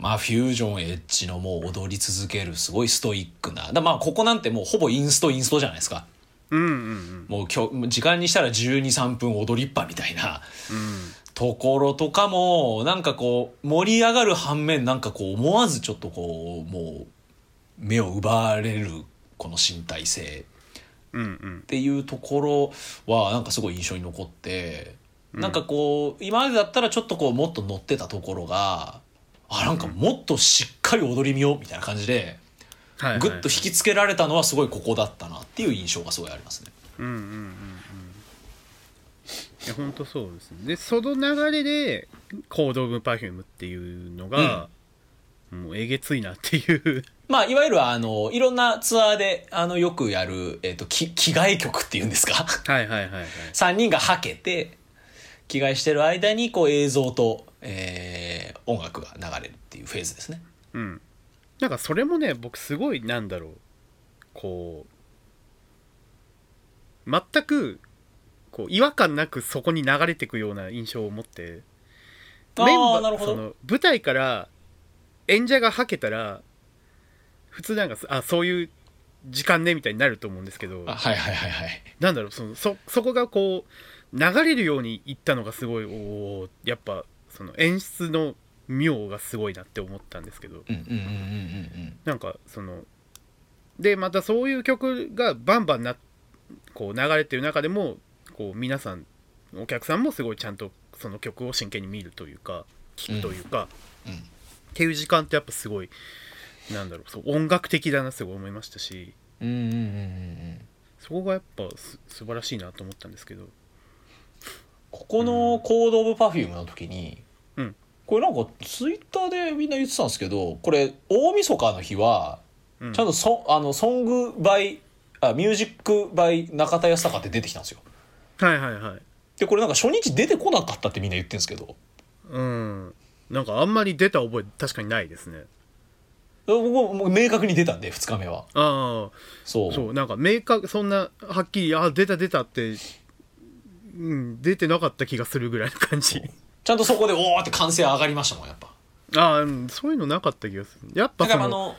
A: まあ、フュージョンエッジのもう踊り続けるすごいストイックな。だまあ、ここなんてもうほぼインストインストじゃないですか。
B: うんうんうん
A: もうきょ時間にしたら12、3分踊りっぱみたいな
B: うん。
A: ところとかも、なんかこう、盛り上がる反面、なんかこう、思わずちょっとこう、もう、目を奪われる、この身体性
B: うんうん
A: っ。ていうところはなんかすごい印象に残って、なんかこう今までだったらちょっとこうもっと乗ってたところがあなんかもっとしっかり踊り見ようみたいな感じで
B: はいはい。
A: ぐっと引きつけられたのはすごいここだったなっていう印象がすごいありますね。
B: うんうんうんうん。いや本当そうですね。でその流れでコードオブパフュームっていうのが、もうえげついなっていう。
A: まあ、いわゆるあのいろんなツアーであのよくやる、えっとき 着替え曲っていうんですか
B: はいはいはいはい。
A: 3人がはけて着替えしてる間にこう映像と、えー音楽が流れるっていうフェーズですね。
B: うん。なんかそれもね僕すごいなんだろうこう全くこう違和感なくそこに流れてくような印象を持って
A: あー
B: バー
A: なるほど
B: その舞台から演者がはけたら普通なんかあそういう時間ねみたいになると思うんですけど
A: あはいはいはいはい。
B: なんだろうそのそそこがこう流れるようにいったのがすごいおーやっぱその演出の妙がすごいなって思ったんですけど。
A: うんうんうんうんうんうん。
B: なんかそのでまたそういう曲がバンバンなこう流れてる中でもこう皆さんお客さんもすごいちゃんとその曲を真剣に見るというか聴くというか、
A: うんうん
B: っていう時間ってやっぱすごいなんだろうそう音楽的だなすごい思いましたし
A: うんうんうんうんうん
B: そこがやっぱす素晴らしいなと思ったんですけど
A: ここの「コード・オブ・パフューム」の時に、
B: うん
A: これなんかツイッターでみんな言ってたんですけどこれ大晦日の日は
B: うん
A: ちゃんとソ,、あのソング・バイあミュージック・バイ中田康隆って出てきたんですよ
B: はいはいはい
A: でこれなんか初日出てこなかったってみんな言ってるんですけど
B: うんなんかあんまり出た覚え確かにないですね
A: 僕ももう明確に出たんで2日目は
B: あ
A: そう
B: あそうなんか明確そんなはっきりあ出た出たってうん出てなかった気がするぐらいの感じ
A: ちゃんとそこでおおって歓声上がりましたもんやっぱ
B: ああうんそういうのなかった気がするやっぱ
A: だか
B: そ
A: らあ
B: の
A: の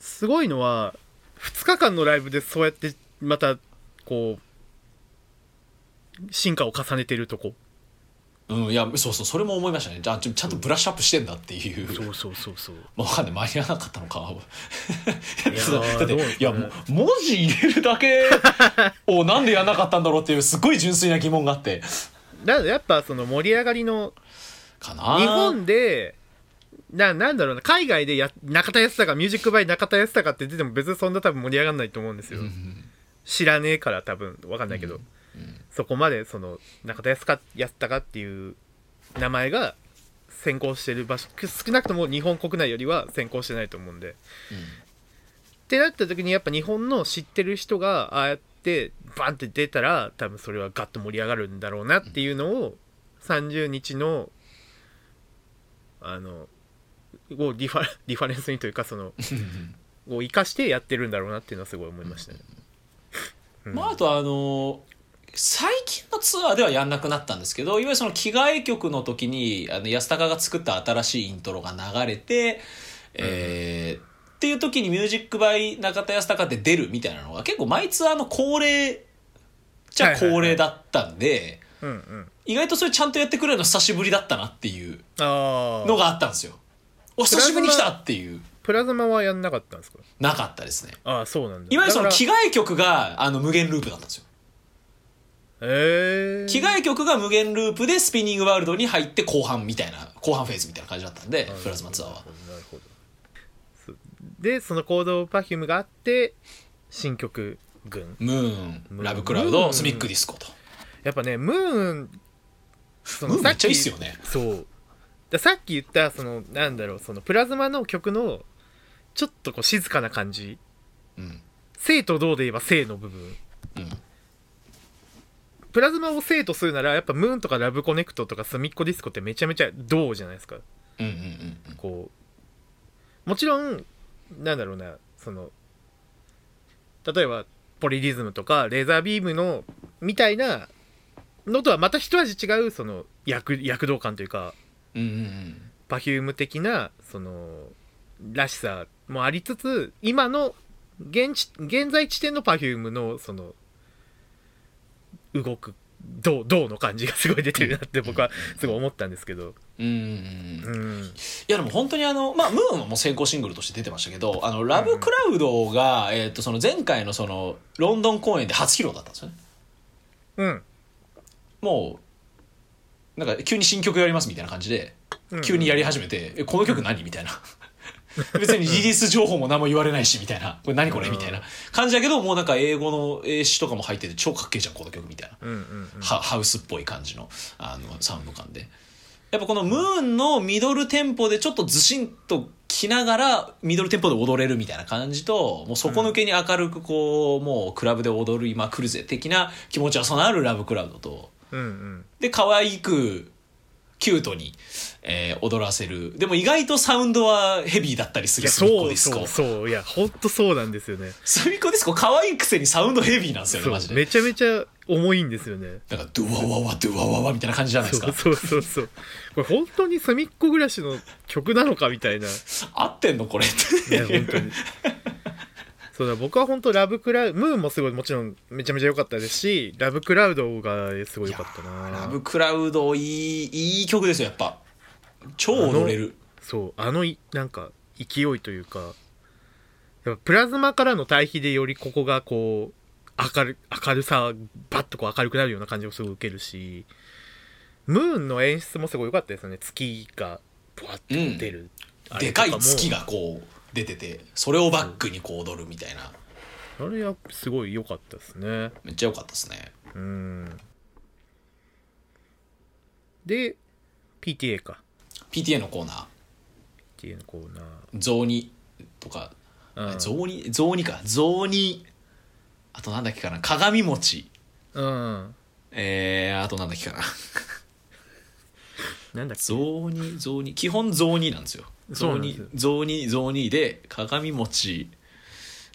B: すごいのは2日間のライブでそうやってまたこう進化を重ねてるとこ
A: うんいやそうそうそれも思いましたねじゃあちょちゃんとブラッシュアップしてんだっていう
B: そうそうそうそう
A: まあ、わかんない間に合わなかったのかい
B: い
A: や
B: や ー
A: そうだって
B: どうです
A: い
B: か
A: や
B: ね
A: も文字入れるだけをなんでやんなかったんだろうっていうすごい純粋な疑問があって
B: だからやっぱその盛り上がりの
A: かな
B: 日本でななんだろうな海外でや中田康隆ミュージックバイ中田康隆って出ても別にそんな多分盛り上がらないと思うんですよ、知らねえから多分分かんないけど、そこまでその中田康隆康隆っていう名前が先行してる場所少なくとも日本国内よりは先行してないと思うんで、ってなった時にやっぱ日本の知ってる人がああやってバンって出たら多分それはガッと盛り上がるんだろうなっていうのを30日のあのをリファリファレンスにというかそのを生かしてやってるんだろうなっていうのはすごい思いましたね。
A: まあ、あとあの最近のツアーではやんなくなったんですけどいわゆるその着替え曲の時にあの安高が作った新しいイントロが流れて、えーっていう時に「ミュージック・バイ中田安高」って出るみたいなのが結構毎ツアーの恒例じゃ恒例だったんで、
B: うんうん、
A: 意外とそれちゃんとやってくれるの久しぶりだったなっていう
B: あ
A: の
B: あ
A: があったんですよ。お久しぶりに来たっていう
B: プラズマはやんなかったんですか
A: なかったですね。
B: ああそうなんだ。
A: いわゆるその
B: だか
A: 着
B: ら
A: 替え曲があの無限ループだったんですよ。
B: えー、
A: 着替え曲が無限ループでスピニングワールドに入って後半みたいな後半フェーズみたいな感じだったんでプラズマツアーは
B: なるほどそうでその行動パフュームがあって新曲群
A: ムーン
B: ムーン
A: ラブクラウ
B: ムー
A: ド
B: ン
A: スミックディスコと
B: やっぱねムーンそ
A: ムーンめ
B: さ
A: っちゃいいっすよね
B: そうださっき言ったそのなんだろうそのプラズマの曲のちょっとこう静かな感じ
A: うん
B: 生と同で言えば生の部分
A: うん
B: プラズマを生とするならやっぱムーンとかラブコネクトとかスミッコディスコってめちゃめちゃ同じゃないですか
A: うんうんうんうん
B: こうもちろんなんだろうなその例えばポリリズムとかレーザービームのみたいなのとはまた一味違うその躍躍動感というか
A: うんうんうん
B: パフューム的なそのらしさもありつつ今の現地現在地点のパフュームのその動く銅銅の感じがすごい出てるなって僕はすごい思ったんですけど、
A: うんうんうんい
B: うん、
A: やでも本当にあのまあムーンはもう先行シングルとして出てましたけどあのラブクラウドがえっとその前回のそのロンドン公演で初披露だったんですよね
B: うん、
A: もうなんか急に新曲やりますみたいな感じで
B: うん
A: 急にやり始めて「えこの曲何?」みたいな 別にリリース情報も何も言われないしみたいな「これ何これ?」みたいな感じだけどもうなんか英語の英詞とかも入ってて超かっけえじゃんこの曲みたいな、
B: うんうんうん
A: ハハウスっぽい感じのあのサウンド感でやっぱこのムーンのミドルテンポでちょっとずしんときながらミドルテンポで踊れるみたいな感じともう底抜けに明るくこうもうクラブで踊りまくるぜ的な気持ちはそのあるラブクラウドと。
B: うんうん
A: で可愛くキュートに、えー踊らせるでも意外とサウンドはヘビーだったりす
B: い
A: る
B: や
A: スミコ
B: そ
A: ディ
B: う
A: スコ
B: そうそういやほんとそうなんですよね
A: スミコディスコ可愛いくせにサウンドヘビーなんですよね
B: そう
A: マジで
B: めちゃめちゃ重いんですよね
A: なんかドゥワワワドゥワワワみたいな感じじゃないで
B: そ
A: すか
B: うそうそうそうこれ本当に隅っこ暮らしの曲なのかみたいな
A: 合ってんのこれって
B: ね本当にそうだ僕は本当ラブクラウムーンもすごいもちろんめちゃめちゃ良かったですしラブクラウドがすごい良かったな
A: ラブクラウドいいいい曲ですよやっぱ超踊れる
B: そうあのいなんか勢いというかやっぱプラズマからの対比でよりここがこう明る明るさバッとこう明るくなるような感じをすごい受けるしムーンの演出もすごい良かったですよね月がブワッて出る、あれ
A: で
B: と
A: か
B: も
A: い月がこう出ててそれをバックにこう踊るみたいな
B: あれやっぱすごい良かったですね
A: めっちゃ良かったですね
B: うんで PTA か
A: PTA のコーナ
B: PTA のコーナ
A: ー雑煮とか
B: ーうん
A: 雑煮雑煮か雑煮あとなんだっけかな鏡餅
B: うん
A: えー、あとなんだっけかな
B: なんだっけ
A: 雑煮雑煮基本雑煮なんですよ雑
B: そうなんで
A: 煮
B: すよ
A: 雑煮雑煮で鏡餅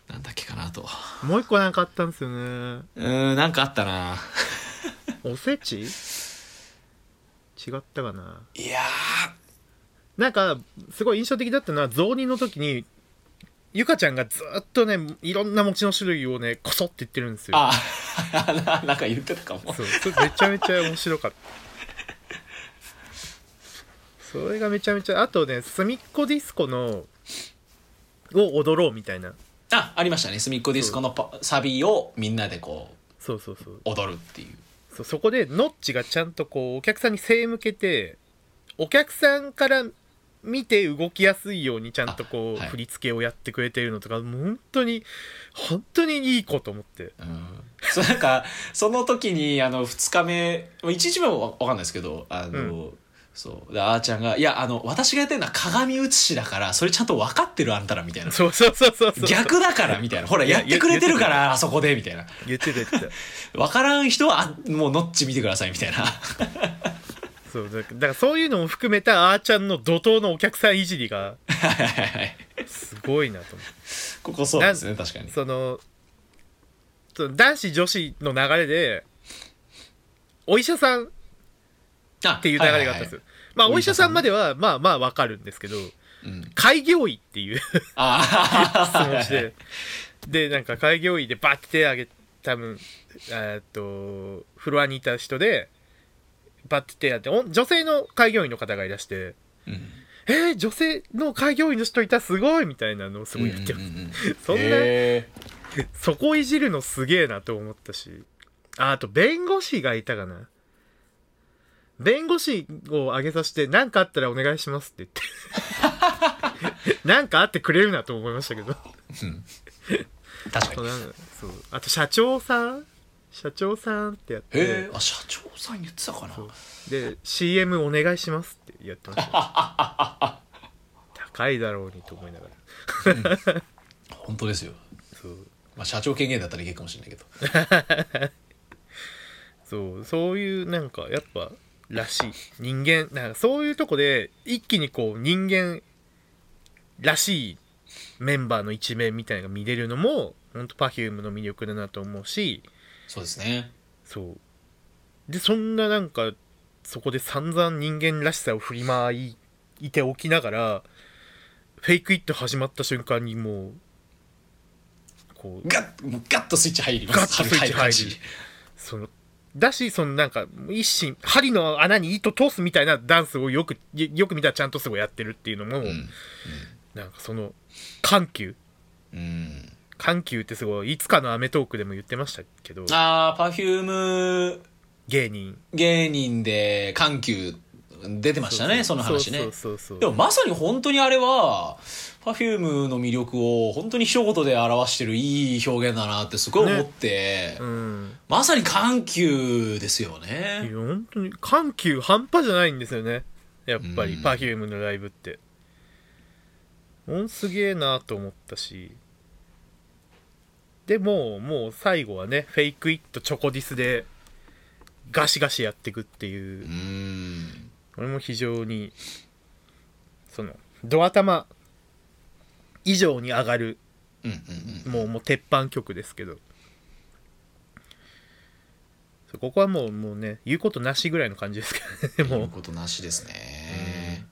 A: なんだっけかなあと
B: もう一個なんかあったんですよね
A: うーんなんかあったな
B: おせち違ったかない
A: や
B: なんかすごい印象的だったのは雑煮の時にゆかちゃんがずっとねいろんな餅の種類をねこそって言ってるんです
A: ー
B: よ
A: あ ななんか言ってたかも
B: そうそれめちゃめちゃ面白かったそれがめちゃめちゃあとね「すみっこディスコの」を踊ろうみたいな
A: あありましたね隅っこディスコのパサビをみんなでこ
B: そうそうそう
A: う踊るっていう
B: そうそこでノッチがちゃんとこうお客さんに背向けてお客さんから見て動きやすいようにちゃんとこう、
A: あはい
B: 振り付けをやってくれてるのとかもう本当に本当にいい子と思って
A: うんそうなんかその時にあの2日目もう1日目は分かんないですけどあの、そうであーちゃんが「いやあの私がやってるのは鏡写しだからそれちゃんと分かってるあんたら」みたいな
B: そうそうそうそうそう
A: 逆だからみたいなほら
B: いや
A: やってくれてるか
B: 言
A: らあそこでみたいな
B: 言ってた言ってた
A: 分からん人はあもうノッチ見てくださいみた いな
B: そうだからだからそういうのも含めたあーちゃんの怒涛のお客さんいじりが
A: はいはいはい
B: すごいなと思って
A: ここそうですね確かに
B: そのその男子女子の流れでお医者さんっ
A: あって
B: いう流れがあったんですよ、まあお医者さんまではまあまあわかるんですけど
A: うん、
B: 開業医っていう 質
A: ああ
B: 問してでなんか開業医でバッて手挙げ多分えーっとフロアにいた人でバッて手挙げてお女性の開業医の方がいらして
A: うん
B: えー、女性の開業医の人いたすごいみたいなのをすごいやってます、
A: うんうんうんうん
B: そんな、
A: へ
B: そこいじるのすげえなと思ったしああと弁護士がいたかな弁護士をあげさせて何かあったらお願いしますって言って なんかあってくれるなと思いましたけど
A: ー確か
B: そ
A: に
B: うなんかそうあと社長さん社長さんってやっ
A: へ
B: て
A: え社長さん言ってたかな
B: そうで CM お願いしますってやってました 高いだろうにと思いながら
A: 本当ですよ、
B: そう
A: まあ、社長権限だったらいけるかもしれないけど
B: そうそういうなんかやっからしい人間なんかそういうとこで一気にこう人間らしいメンバーの一面みたいなのが見れるのもほんと Perfume の魅力だなと思うし
A: そうですね
B: そうでそんななんかそこで散々人間らしさを振りまいておきながらフェイクイット始まった瞬間にもうこう
A: ガッもうガッとスイッチ入ります
B: ガッとスイッチ入る
A: る
B: そのだしそのなんか一心針の穴に糸通すみたいなダンスをよくよよく見たらちゃんとすごいやってるっていうのも、
A: うん
B: なんかその緩急
A: うん
B: 緩急ってすごいいつかの『アメトーーク』でも言ってましたけど
A: あー Perfume
B: 芸人
A: 芸人で緩急出てましたねその話ね
B: そうそうそう
A: で
B: そう
A: もまさに本当にあれは Perfume の魅力を本当に一言で表してるいい表現だなってすごい思って、
B: うん
A: まさに緩急ですよ
B: いや
A: ね
B: 本当に緩急半端じゃないんですよねやっぱり
A: うん
B: Perfume のライブってほんすげえなと思ったしでもうもう最後はねフェイクイットチョコディスでガシガシやっていくっていうう
A: ん
B: 俺も非常にそのド頭以上に上がる
A: うんうんうん
B: もうもう鉄板曲ですけどそうここはもうもうね言うことなしぐらいの感じですけどね
A: い
B: も
A: う
B: う
A: ことなしですね。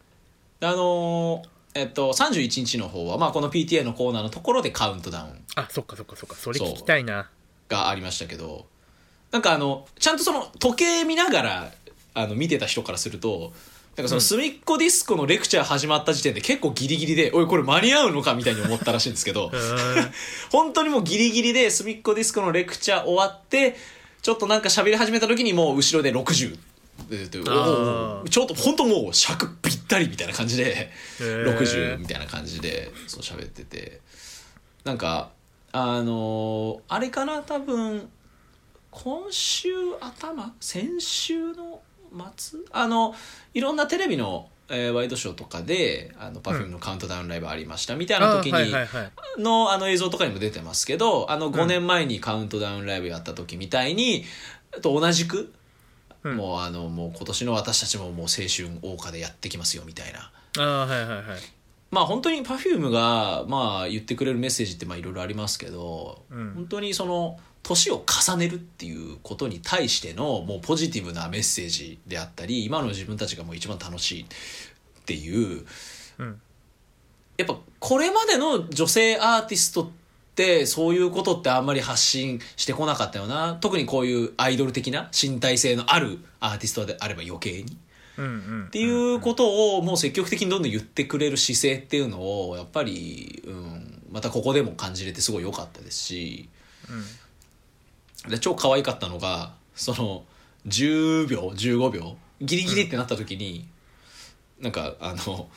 A: あのーえっと、31日の方は、まあ、この PTA のコーナーのところでカウントダウン
B: あそっかそっかそっかそれ聞きたいな
A: がありましたけどなんかあのちゃんとその時計見ながらあの見てた人からするとなんかその隅っこディスコのレクチャー始まった時点で結構ギリギリで「おいこれ間に合うのか?」みたいに思ったらしいんですけど
B: うー
A: 本当にもうギリギリで隅っこディスコのレクチャー終わってちょっとなんか喋り始めた時にもう後ろで60えっと
B: あー
A: おうちょっと本当もう尺ぴったりみたいな感じで
B: へー
A: 60みたいな感じでそう喋っててなんかあのーあれかな多分今週頭先週の末あのいろんなテレビの、えーワイドショーとかで「あのパフュームのカウントダウンライブありましたみたいな時に、
B: はいはいはい
A: のあの映像とかにも出てますけどあの
B: ん
A: 5年前にカウントダウンライブやった時みたいに、と同じく、
B: うん
A: もうあのもう今年の私たちももう青春謳歌でやってきますよみたいな。
B: ああはいはいはい
A: まあ本当に Perfume がまあ言ってくれるメッセージってまあいろいろありますけど、
B: うん
A: 本当にその年を重ねるっていうことに対してのもうポジティブなメッセージであったり今の自分たちがもう一番楽しいっていう
B: うん
A: やっぱこれまでの女性アーティストってそういうことってあんまり発信してこなかったよな特にこういうアイドル的な身体性のあるアーティストであれば余計に。
B: うんうん
A: っていうことをもう積極的にどんどん言ってくれる姿勢っていうのをやっぱり、うん、またここでも感じれてすごい良かったですしで超可愛かったのがその10秒15秒ギリギリってなった時に、なんかあの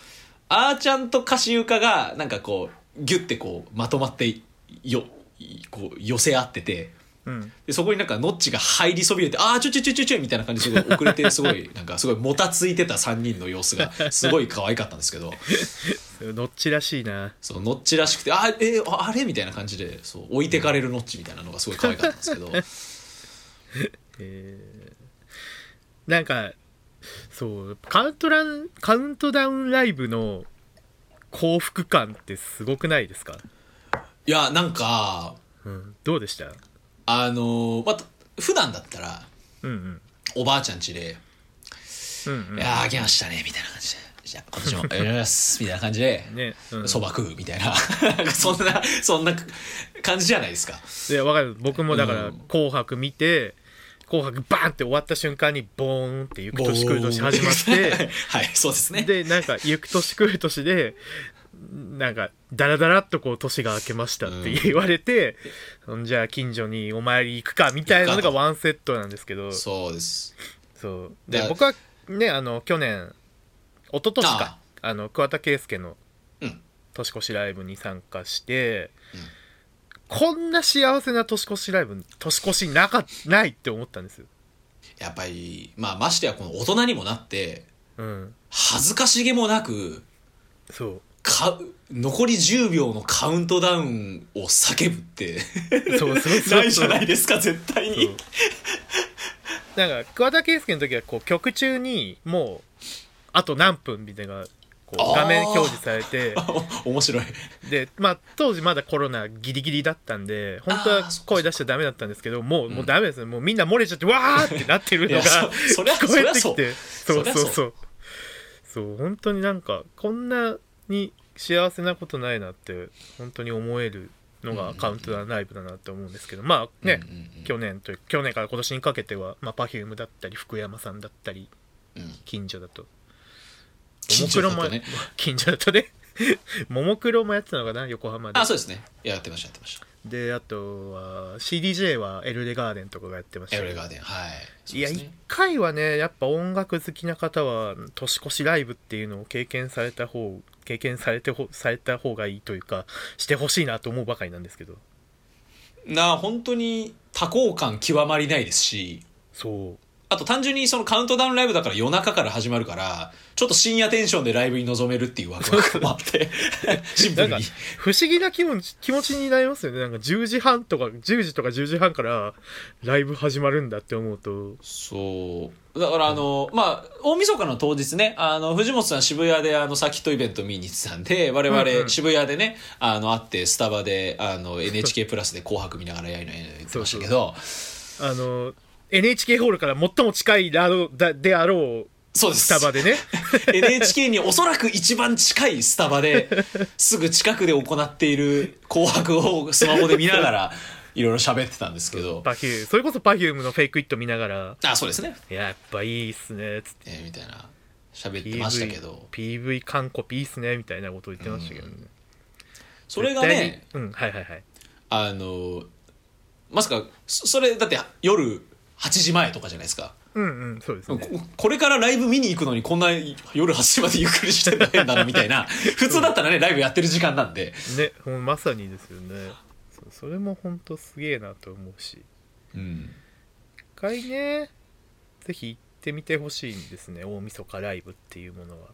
A: あーちゃんとかしゆかがなんかこうギュッてこうまとまってよこう寄せ合ってて。
B: うん
A: でそこになんかノッチが入りそびれて「ああちょちょちょちょちょ」みたいな感じですごい遅れてす ごいなんかすごいもたついてた3人の様子がすごい可愛かったんですけど
B: うんどっちらしいな
A: そうノッチらしくて「あーえーああれ?」みたいな感じでそう置いてかれるノッチみたいなのがすごい可愛かったんですけど
B: なんかそうカウントランカウントダウンライブの幸福感ってすごくないですか、
A: いやなんか
B: うん、どうでした
A: あのーまあ普段だったら
B: うんうん
A: おばあちゃん家で
B: う
A: 「
B: ん
A: いやー来ましたね」みたいな感じで「じゃあ今年もよろしくお願いします」みたいな感じで
B: うん。ねうん
A: そば食うみたいななんかそんなそんな感じじゃないですか
B: いやわかる僕もだか
A: う
B: ら
A: ん
B: 「紅白」見て「紅白」バーンって終わった瞬間にボーンって「ゆく年くる年」始まっ て
A: はいそうですね
B: でなんか「ゆく年くる年」でなんかダラダラっとこう年が明けましたって言われて、ほんじゃあ近所にお参り行くかみたいなのがワンセットなんですけど
A: そうです
B: そうで
A: だ
B: 僕はねあの去年一昨年か
A: あ
B: あの桑田佳祐の
A: うん
B: 年越しライブに参加して、
A: うん
B: こんな幸せな年越しライブ年越しなかないって思ったんですよ、
A: やっぱり、まあ、ましてやこの大人にもなって
B: うん、
A: 恥ずかしげもなく
B: そ
A: か残り10秒のカウントダウンを叫ぶって
B: うそうそうそ う
A: ないじゃないですか 絶対
B: そ
A: に
B: うなんか桑田佳祐の時はこう曲中にもうあと何分みたいなのがこ
A: あ
B: う
A: ー
B: 画面表示されて
A: お 面白い
B: で、まあ、当時まだコロナギリギリだったんで本当
A: あー
B: は
A: そっか
B: 声出しちゃダメだったんですけどもう,、
A: ん
B: もうダメですねもうみんな漏れちゃってわーってなってる
A: い
B: の
A: や
B: が
A: そそりゃ
B: 聞
A: そ
B: こ
A: り
B: え
A: ゃ
B: て
A: そ
B: き
A: う
B: てそ
A: そ
B: う
A: りゃそ
B: そ
A: う
B: うそうそう本当になんかこんなに幸せなことないなって本当に思えるの
A: うんうん
B: が
A: うん
B: カウントダウンライブだなって思うんですけどまあね、
A: うんうんうん
B: 去年という去年から今年にかけては、まあ、Perfume だったり福山さんだったり
A: うん
B: 近所だと
A: 近所だとね
B: ももクロも 近所だとねももクロもやってたのかな横浜で
A: あそうですねやってましたやってました
B: であとは CDJ はエルレガーデンとかがやってました
A: エ
B: け
A: ロ
B: ど
A: レガーデンはいそう
B: いや
A: です
B: 一
A: ね
B: 回はねやっぱ音楽好きな方は年越しライブっていうのを経験された方経験されてほされた方がいいというかしてほしいなと思うばかりなんですけど
A: なあ本当に多幸感極まりないですし
B: そう
A: あと単純にそのカウントダウンライブだから夜中から始まるから、ちょっと深夜テンションでライブに臨めるっていうワクワクもあって、シンプ
B: な
A: ル
B: ん
A: に
B: か。不思議な気持ち気持ちになりますよねなんか10時半とか10時とか10時半からライブ始まるんだって思うと
A: そう。だからあの、まあ、大晦日の当日ね、あの、藤本さん渋谷であの、サーキットイベント見に行ってたんで、我
B: うんう
A: 々
B: ん
A: 渋谷でね、あの、会ってスタバで、あの、NHK プラスで紅白見ながらやりのやりの言ってましたけど、
B: あの NHK ホールから最も近いラードだであろう
A: そうです。
B: スタバで ね
A: NHK におそらく一番近いスタバですぐ近くで行っている紅白をスマホで見なが らいろいろ喋ってたんですけど。
B: パフューそれこそ Perfume のフェイクイット見ながら
A: あ、そうですね。
B: いややっぱいいっすねつって
A: えーみたいな喋ってましたけど
B: PV, PV 完コピいいっすねみたいなこと言ってましたけどね、
A: それがね
B: 絶対にうんはいはいはい
A: あのまさかそそれだって夜8時前とかじゃないですか
B: うんうんそうです
A: こ
B: ね
A: これからライブ見に行くのにこんな夜8時までゆっくりしてんの変だなみたい な普通だったらねライブやってる時間なんで、
B: ねほんまさにですよねそうそれも本当すげえなと思うし
A: うん、
B: 一回ねぜひ行ってみてほしいんですね大晦日ライブっていうものは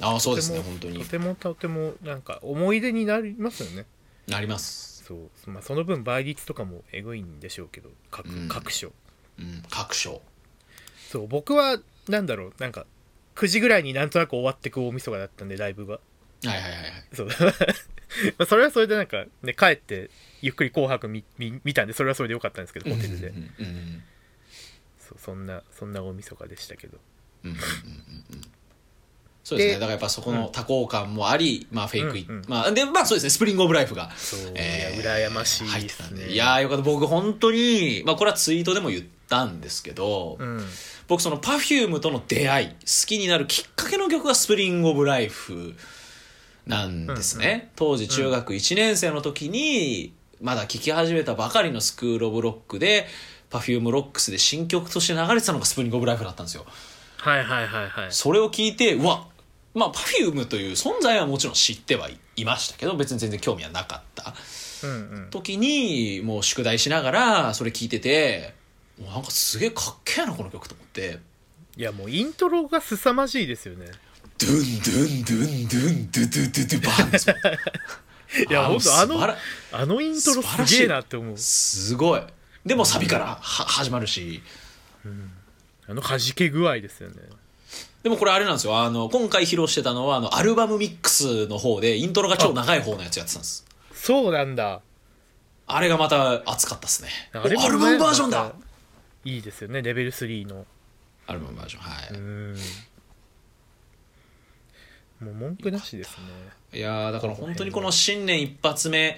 A: ああそうですね
B: とても
A: 本当に
B: とてもとてもなんか思い出になりますよね
A: なります、
B: そう、まあ、その分倍率とかもえぐいんでしょうけど各,、
A: うん
B: 各所
A: うん、各所
B: そう僕はなんだろうなんか9時ぐらいになんとなく終わってく大晦日だったんでライブが
A: はいはいはいはい
B: そう まあそれはそれでなんかね帰ってゆっくり「紅白見」見見たんでそれはそれでよかったんですけどホテルで
A: うんうんうん
B: そうそんなそんな大晦日でしたけど
A: うんうんうんうんそうですねだ
B: で
A: からやっぱそこの多幸感もあり、まあフェイクイ、
B: うんうん
A: まあでまあそうですねスプリングオブライフが
B: そう、
A: えー
B: いや羨ましい
A: 入っ
B: で
A: てた
B: す
A: ん
B: ね
A: でいやーよかった僕本当にまあこれはツイートでも言ったんですけど、
B: うん
A: 僕その Perfume との出会い好きになるきっかけの曲が「スプリング・オブ・ライフ」なんですね、
B: うんう
A: 当時中学1年生の時にまだ聴き始めたばかりのスクール・オブ・ロックで Perfume ロックスで新曲として流れてたのが「スプリング・オブ・ライフ」だったんですよ
B: はいはいはいはい
A: それを聞いてうわまあ Perfume という存在はもちろん知ってはいましたけど別に全然興味はなかった
B: うんうん
A: 時にもう宿題しながらそれ聞いててもうなんかすげえかっけえなこの曲と思って。
B: いやもうイントロが凄まじいですよね
A: ドゥンドゥンドゥンドゥンドゥドゥドゥドゥバーンですもん
B: いや
A: あー
B: ほんとあ
A: 素晴ら
B: のあのイントロすげえなって思う
A: すごいでもサビからは始まるし
B: あの弾け具合ですよね
A: でもこれあれなんですよあの今回披露してたのはあのアルバムミックスの方でイントロが超長い方のやつやってたんです
B: そうなんだ
A: あれがまた熱かったですね
B: あれも
A: お
B: ね
A: アルバムバージョン
B: ま
A: だ
B: たいいですよねレベル3の
A: アルバムバージョンはい、
B: うんもう文句なしですね
A: いやーだから本当にこの新年一発目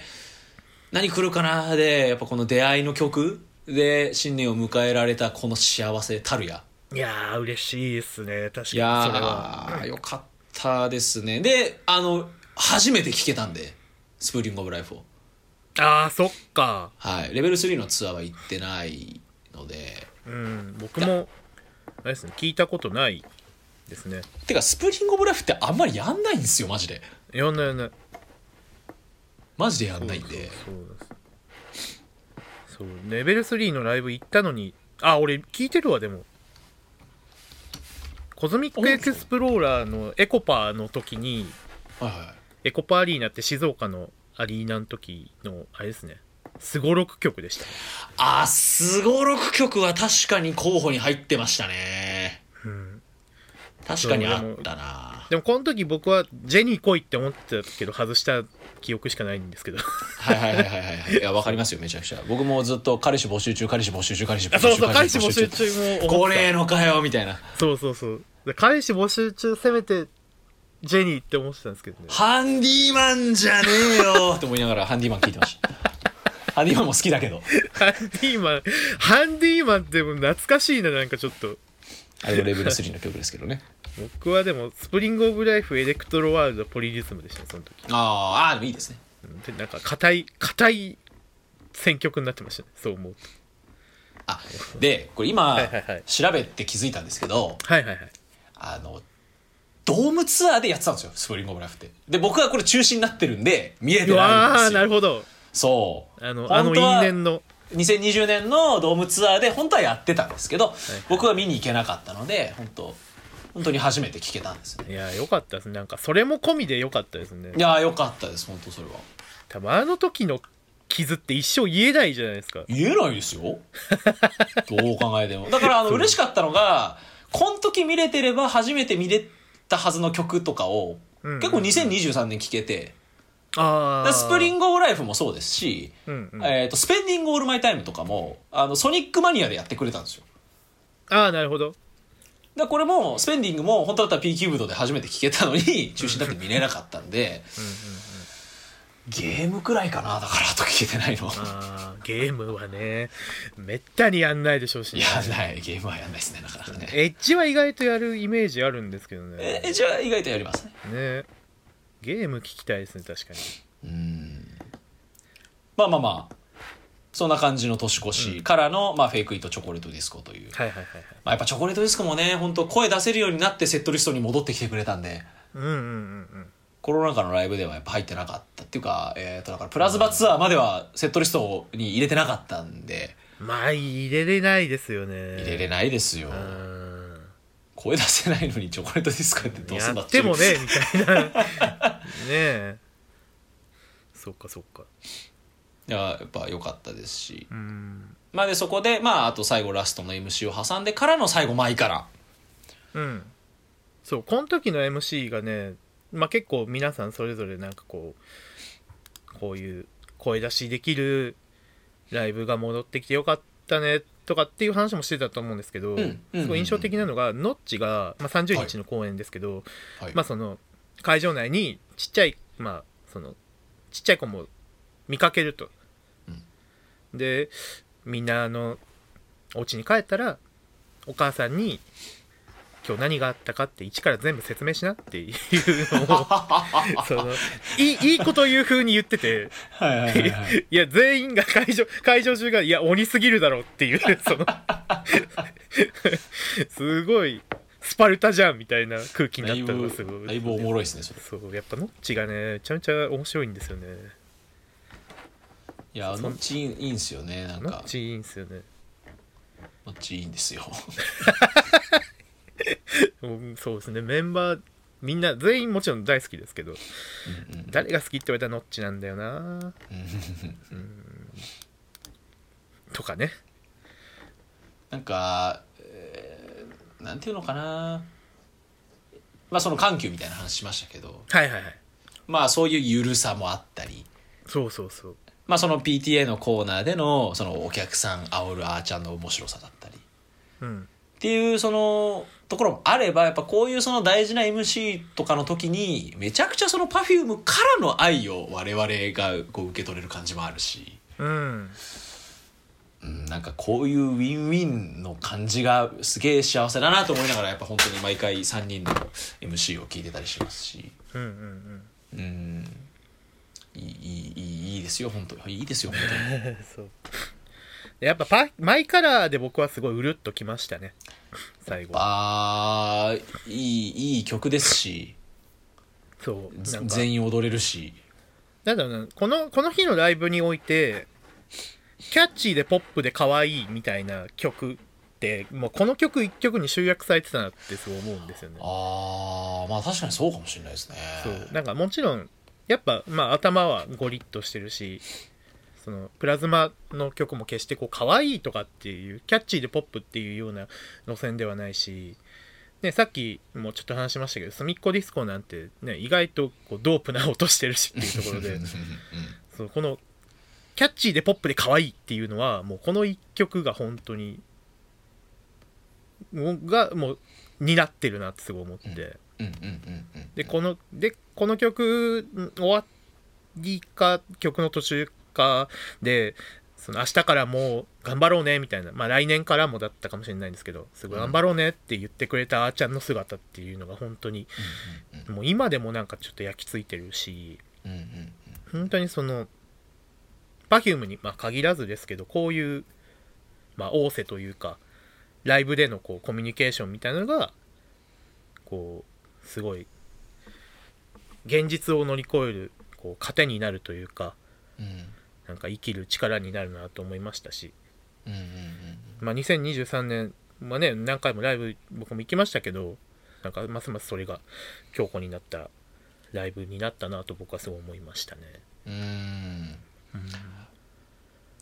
A: 何来るかなでやっぱこの出会いの曲で新年を迎えられたこの幸せたるや
B: いやー嬉しいですね確かにそ
A: い
B: れ
A: や
B: は
A: ー、よかったですね。で、あの、初めて聴けたんで、スプーリング・オブ・ライフを。
B: あーそっか
A: はい。レベル3のツアーは行ってないので。
B: うん僕もあれですね聞いたことないですね
A: てか、スプーリング・オブ・ライフってあんまりやんないんですよ、マジで。
B: やんないやんない
A: マジでやんないんで。
B: そうそうそうレベル3のライブ行ったのにあ俺聞いてるわでもコズミックエクスプローラーのエコパーの時に
A: はいはい。
B: エコパーアリーナって静岡のアリーナの時のあれですねすごろく曲でした
A: あ、すごろく曲は確かに候補に入ってましたね。
B: うん
A: 確かにあったな。
B: でもこの時僕はジェニー来いって思ってたけど外した記憶しかないんですけど
A: はいはいはいはいはい。いや、わかりますよ、めちゃくちゃ。僕もずっと彼氏募集中、彼氏募集中、彼氏募
B: あ
A: 集中。
B: そうそう彼氏募集中も思
A: こ
B: ってた
A: れのかよ、みたいな。
B: そうそうそうで彼氏募集中せめてジェニーって思ってたんですけどね
A: ハンディマンじゃねえよって思いながらハンディマン聞いてました。ハンディマンも好きだけど。
B: ハンディーマン、ハンディーマンってもう懐かしいな、なんかちょっと。
A: あれもレベル3の曲ですけどね。
B: 僕はでも、スプリング・オブ・ライフ、エレクトロ・ワールド、ポリリズムでしたね、その時。
A: あーあー、でもいいですね。
B: うんで、なんか、硬い、硬い選曲になってましたね、そう思うと。
A: あ、で、これ今
B: いはいはい、
A: 調べて気づいたんですけど、
B: はいはいはい。
A: あの、ドームツアーでやってたんですよ、スプリングオブライフって。で、僕はこれ中止になってるんで、見れて
B: うわ
A: ない
B: あ
A: ん
B: な
A: で
B: る
A: すよ。
B: ほど。
A: そう。
B: あの、あ
A: 本当
B: の
A: は
B: 因縁の。
A: 2020年のドームツアーで本当はやってたんですけど、
B: い
A: 僕は見に行けなかったので、本当本当に初めて聞けたんですね。
B: いやー、よかったですね。なんか、それも込みでよかったですね
A: い。やー、よかったです、本当それは。
B: 多分、あの時の傷って一生言えないじゃないですか。
A: 言えない ですよどう考えてもだからあの嬉しかったのがこの時見れてれば初めて見れたはずの曲とかを、
B: うんうん
A: 結構2023年聴けてだか
B: あ
A: ら
B: あ。
A: スプリング・オブ・ライフもそうですし、
B: うんうん。あ
A: えー、とスペンディング・オール・マイ・タイムとかもあのソニック・マニアでやってくれたんですよ
B: あー、なるほど。
A: だからこれもスペンディングも本当だったら P キューブドで初めて聴けたのに中止になって見れなかったんでゲームくらいかなだからあと聴けてないの
B: ああ、ゲームはね、めったにやんないでしょうしね。
A: やんないゲームはやんないですねなかなかね
B: エッジは意外とやるイメージあるんですけどね。
A: えじゃあ意外とやりますね
B: ねゲーム聞きたいですね、確かに。
A: うんまあまあまあそんな感じの年越しからの、まあ、フェイクイートチョコレートディスコという、
B: はいはいはいはい
A: まあ、やっぱチョコレートディスコもね本当声出せるようになってセットリストに戻ってきてくれたんで
B: うんうんうん
A: コロナ禍のライブではやっぱ入ってなかったっていうか、えー、とだからプラズマツアーまではセットリストに入れてなかったんで
B: うんまあ入れれないですよね
A: 入れれないですよ、
B: うん
A: 声出せないのにチョコレートディスコやってどうす
B: や
A: んだ
B: っ
A: ってい
B: て
A: う
B: もねみたいなねえそっかそっか
A: いややっぱ良かったですし、
B: うん
A: まあでそこでまああと最後ラストの MC を挟んでからの最後舞から
B: うんそうこの時の MC がね、まあ、結構皆さんそれぞれなんかこうこういう声出しできるライブが戻ってきてよかったねとかっていう話もしてたと思うんですけど、
A: んうんうん
B: すごい印象的なのがノッチが、まあ、30日の公演ですけど、
A: はい
B: まあ、その会場内にちっちゃい、まあ、そのちっちゃい子も見かけると、でみんなあのお家に帰ったらお母さんに「今日何があったかって一から全部説明しな」っていうのをそのいいいいこと言う風に言ってて
A: はいはいはい はい
B: いや全員が会場会場中がいや鬼すぎるだろうっていうそのすごいスパルタじゃんみたいな空気に
A: だ
B: なっ
A: い
B: たの
A: ぶ
B: がすごい
A: だいぶおもろいですねそれ
B: そうやっぱノッチがねめちゃめちゃ面白いんですよね
A: いや
B: そん
A: ノッチいいいいんですよねなん
B: ノ
A: か
B: ッチいいんですよね
A: ノッチいいんですよ
B: うんそうですねメンバーみんな全員もちろん大好きですけど
A: うんうん
B: 誰が好きって言われたらノッチなんだよなとかね
A: なんか、えーなんていうのかなまあその緩急みたいな話しましたけど
B: はいはいはい
A: まあそういうゆるさもあったり
B: そうそうそう
A: まあその PTA のコーナーでのそのお客さん煽るあーちゃんの面白さだったり
B: うん
A: っていうそのところもあればやっぱこういうその大事な MC とかの時にめちゃくちゃその Perfume からの愛を我々がこう受け取れる感じもあるし、
B: うん
A: うん、なんかこういうウィンウィンの感じがすげえ幸せだなと思いながらやっぱ本当に毎回3人の MC を聞いてたりしますし
B: うんうんう
A: う
B: ん
A: んいいいいいいいいですよ本当いいですよ本
B: そうやっぱパマイカラーで僕はすごいうるっときましたね最後
A: 当あーいいいい曲ですし
B: そうなんか
A: 全員踊れるし
B: なんだろうなこのこの日のライブにおいてキャッチーでポップで可愛いみたいな曲ってもうこの曲一曲に集約されてたなってすごい思うんですよね
A: あーまあ確かにそうかもしれないですね
B: そうなんかもちろんやっぱ、まあ、頭はゴリッとしてるしそのプラズマの曲も決してこう可愛いとかっていうキャッチーでポップっていうような路線ではないし、ね、さっきもちょっと話しましたけど「すみっこディスコ」なんて、ね、意外とこうドープな音してるしっていうところでそうこのキャッチーでポップで可愛いっていうのはもうこの一曲が本当にもうがもう担ってるなってすごい思って。
A: うんうんうんうん
B: でこのでこの曲ん終わりか曲の途中かでその明日からもう頑張ろうねみたいな、まあ、来年からもだったかもしれないんですけどすごい頑張ろうねって言ってくれたあーちゃんの姿っていうのが本当にもう今でもなんかちょっと焼き付いてるし
A: うんうんうん
B: 本当にその Perfume にまあ限らずですけどこういう、まあ、仰せというかライブでのこうコミュニケーションみたいなのがこうすごい現実を乗り越えるこう糧になるというか
A: うん
B: なんか生きる力になるなと思いましたし、
A: うんうんうん
B: まあ、2023年、まあね、何回もライブ僕も行きましたけどなんかますますそれが強固になったライブになったなと僕はすごい思いましたね。
A: うんうん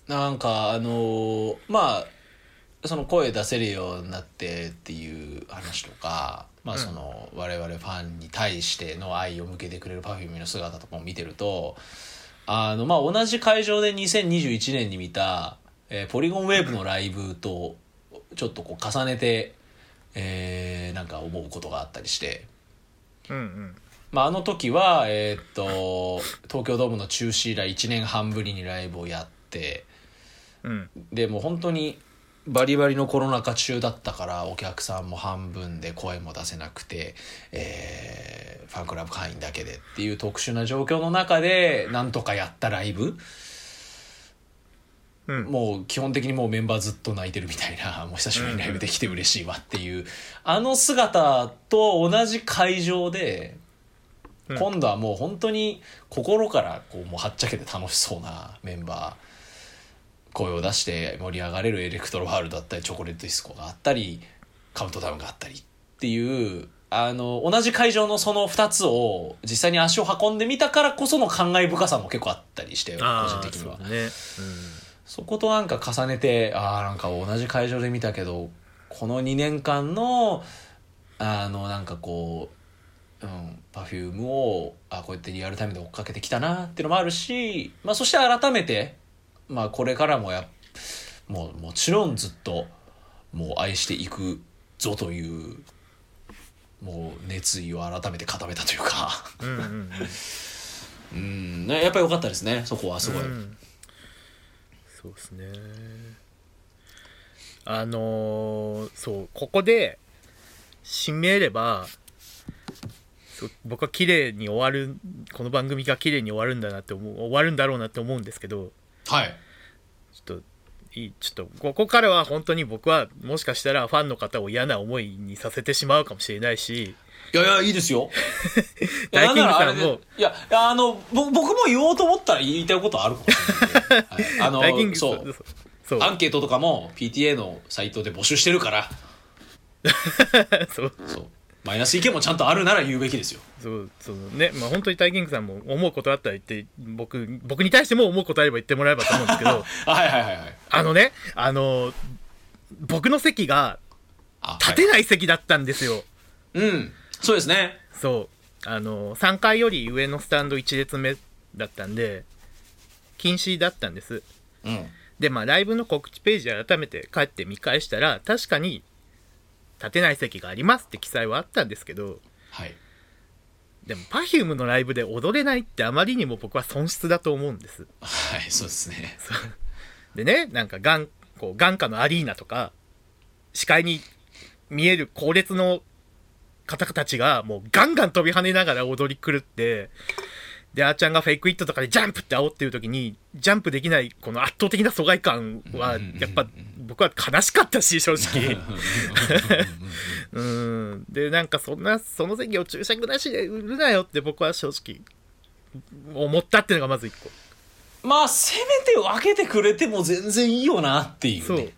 A: なんかあのーまあその声出せるようになってっていう話とか、まあ、その我々ファンに対しての愛を向けてくれる Perfume の姿とかも見てるとあの、まあ、同じ会場で2021年に見た、えーポリゴンウェーブのライブとちょっとこう重ねて、えーなんか思うことがあったりして。
B: うんうん
A: まあ、あの時は、えーっと東京ドームの中止以来1年半ぶりにライブをやって
B: うん
A: でもう本当にバリバリのコロナ禍中だったからお客さんも半分で声も出せなくて、えーファンクラブ会員だけでっていう特殊な状況の中でなんとかやったライブ
B: うん
A: もう基本的にもうメンバーずっと泣いてるみたいな もう久しぶりにライブできて嬉しいわっていうあの姿と同じ会場で
B: うん
A: 今度はもう本当に心からこうもうはっちゃけて楽しそうなメンバー声を出して盛り上がれるエレクトロワールドだったりチョコレートディスコがあったりカウントダウンがあったりっていうあの同じ会場のその2つを実際に足を運んでみたからこその感慨深さも結構あったりして個人
B: ああ
A: 的には
B: そうね、
A: そことなんか重ねてああなんか同じ会場で見たけどこの2年間のあのなんかこう、うん、パフュームをあこうやってリアルタイムで追っかけてきたなっていうのもあるし、まあ、そして改めて、まあ、これからもやもうもちろんずっともう愛していくぞというもう熱意を改めて固めたというか
B: うんうんうん
A: うんねやっぱり良かったですねそこはすごい。
B: うんそうですねあのーそうここで締めればそう僕は綺麗に終わるこの番組が綺麗に終わるんだなって思う終わるんだろうなって思うんですけど
A: はい
B: ちょっといいちょっとここからは本当に僕はもしかしたらファンの方を嫌な思いにさせてしまうかもしれないし
A: いやいや、いいですよ。いや
B: 大
A: なん
B: キン
A: な
B: グ
A: らあ
B: さ
A: れ
B: ん
A: で
B: も
A: いや、いやあの、ぼ僕も言おうと思ったら言いたいことあるかもしれ ないんで。はい
B: 大キン
A: あの、
B: グ
A: そ
B: さん
A: う。
B: そう
A: アンケートとかも PTA のサイトで募集してるから、
B: そう
A: そう。マイナス意見もちゃんとあるなら言うべきですよ。
B: そうそうねまあ本当に大キングさんも思うことあったら言って僕僕に対しても思うことあれば言ってもらえればと思うんですけど
A: はいはいはいはい。
B: あのねあの僕の席が
A: あ
B: 立て
A: はい
B: ない席だったんですよ、
A: うん。そうですね。
B: そうあの3階より上のスタンド1列目だったんで禁止だったんです
A: うん。
B: でまあライブの告知ページ改めて帰って見返したら確かに立てない席がありますって記載はあったんですけど
A: はい。
B: でも Perfume のライブで踊れないってあまりにも僕は損失だと思うんです
A: はい、そうですね。
B: でねなんかがんこう眼下のアリーナとか視界に見える後列の方たちがもうガンガン飛び跳ねながら踊り狂ってであーちゃんがフェイクイットとかでジャンプって煽ってる時にジャンプできないこの圧倒的な疎外感は
A: うんうんうんうん
B: やっぱ僕は悲しかったし正直うんでなんかそんなその席を注釈なしで売るなよって僕は正直思ったっていうのがまず一個。
A: まあ、せめて分けてくれても全然いいよなっていう、ね。
B: そう。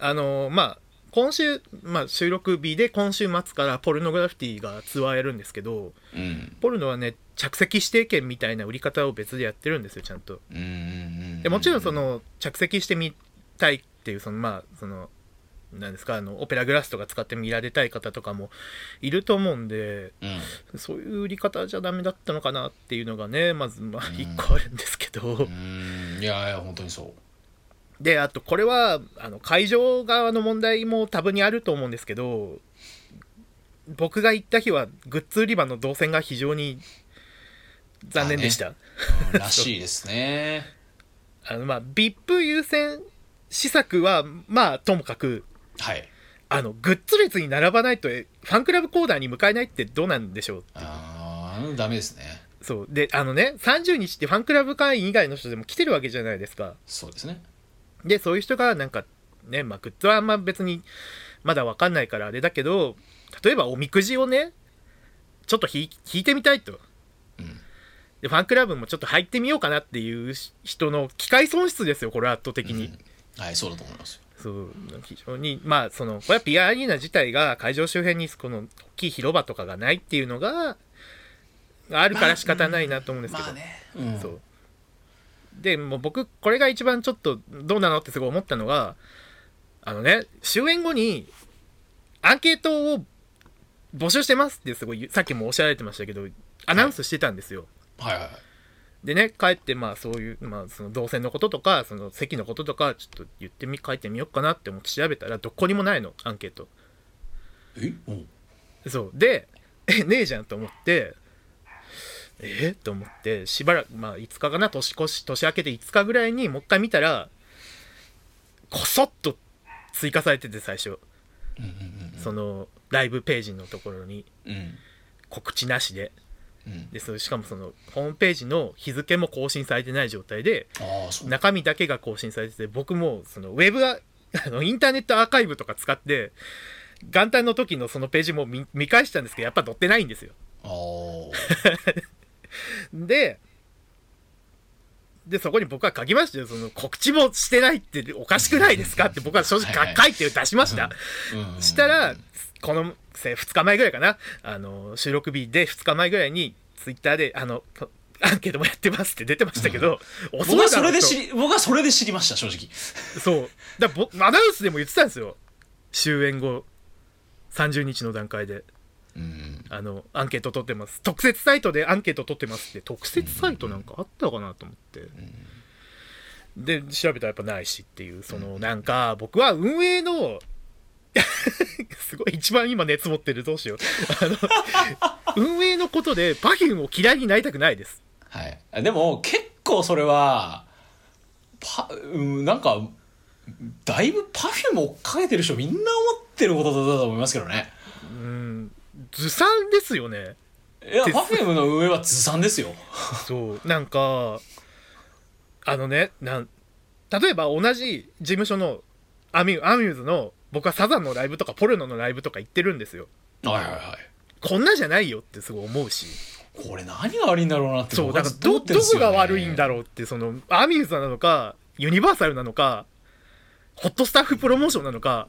B: あのーまあ今週、まあ、収録日で今週末からポルノグラフィティがツアーやるんですけど
A: うん。
B: ポルノはね着席指定券みたいな売り方を別でやってるんですよちゃんと
A: うんうんうん。
B: でもちろんそ、の着席してみたいっていうそのまあそのなんですかあのオペラグラスとか使って見られたい方とかもいると思うんで
A: うん。
B: そういう売り方じゃダメだったのかなっていうのがねまずまあ1個あるんですけど、
A: うん。いやいや、本当に そう。
B: であとこれはあの会場側の問題も多分にあると思うんですけど僕が行った日はグッズ売り場の動線が非常に残念でした、
A: うんらしいですね。
B: あのまあ VIP 優先施策はまあともかく
A: はい。
B: あのグッズ列に並ばないとえファンクラブコーナーに向かえないってどうなんでしょう
A: あーダメですね。
B: そうであのね30日ってファンクラブ会員以外の人でも来てるわけじゃないですか
A: そうですね。
B: でそういう人がなんかね、まあ、グッズはあんま別にまだわかんないからあれだけど例えばおみくじをねちょっと引い引いてみたいと
A: うん。
B: でファンクラブもちょっと入ってみようかなっていう人の機会損失ですよこれは圧倒的に、
A: はい、そうだと思います。
B: そう非常にまあそのこれはピアアリーナ自体が会場周辺にこの大きい広場とかがないっていうのがあるから仕方ないなと思うんですけど、
A: まあね。うん。
B: そうでもう僕これが一番ちょっとどうなのってすごい思ったのがあのね終演後にアンケートを募集してますってすごいさっきもおっしゃられてましたけどアナウンスしてたんですよ、
A: はいはいはい。
B: でね帰ってまあそういう、まあ、その動線のこととかその席のこととかちょっと言ってみ書いてみようかなって思って調べたらどこにもないのアンケート
A: えおう
B: そうでえねえじゃんと思ってえと思ってしばらくまあ5日かな年越し年明けて5日ぐらいにもう一回見たらこそっと追加されてて最初
A: うんうん
B: そのライブページのところに
A: うんうん。
B: 告知なしで
A: うん
B: でそれしかもそのホームページの日付も更新されてない状態で
A: ああそうな
B: 中身だけが更新されてて僕もそのウェブ はあのインターネットアーカイブとか使って元旦の時のそのページも見見返したんですけどやっぱ載ってないんですよ
A: あー
B: ででそこに僕は書きましたよその告知もしてないっておかしくないですかって僕は正直
A: はいはい
B: 書いて出しました、
A: うんうん
B: したらこのせ2日前ぐらいかなあの収録日で2日前ぐらいにツイッターであのこアンケートもやってますって出てましたけど、お
A: 僕はそれで
B: 知
A: 知り僕はそれで知りました正直
B: そうだから僕アナウンスでも言ってたんですよ終演後30日の段階で
A: うん
B: あのアンケート取ってます特設サイトでアンケート取ってますって特設サイトなんかあったかなと思って、で調べたらやっぱないしっていうそのなんか僕は運営の すごい一番今熱持ってるどうしようあ の運営のことで Perfume を嫌いになりたくないです
A: はいあでも結構それはパうんなんかだいぶパフューム追っかけてる人みんな思ってることだと思いますけどね
B: うんずさんですよね
A: いや
B: です
A: パフュームの運営はずさんですよ
B: そうなんかあのねなん例えば同じ事務所のアミュアミューズの僕はサザンのライブとかポルノのライブとか行ってるんですよ
A: はいはいはい
B: こんなじゃないよってすごい思うし
A: これ何が悪いんだろうなって
B: そう
A: 僕は
B: だか
A: ず
B: ら
A: っと
B: ど
A: 思ってる
B: ど
A: んです
B: こ
A: よね
B: が悪いんだろうってそのアミューズなのかユニバーサルなのかホットスタッフプロモーションなのか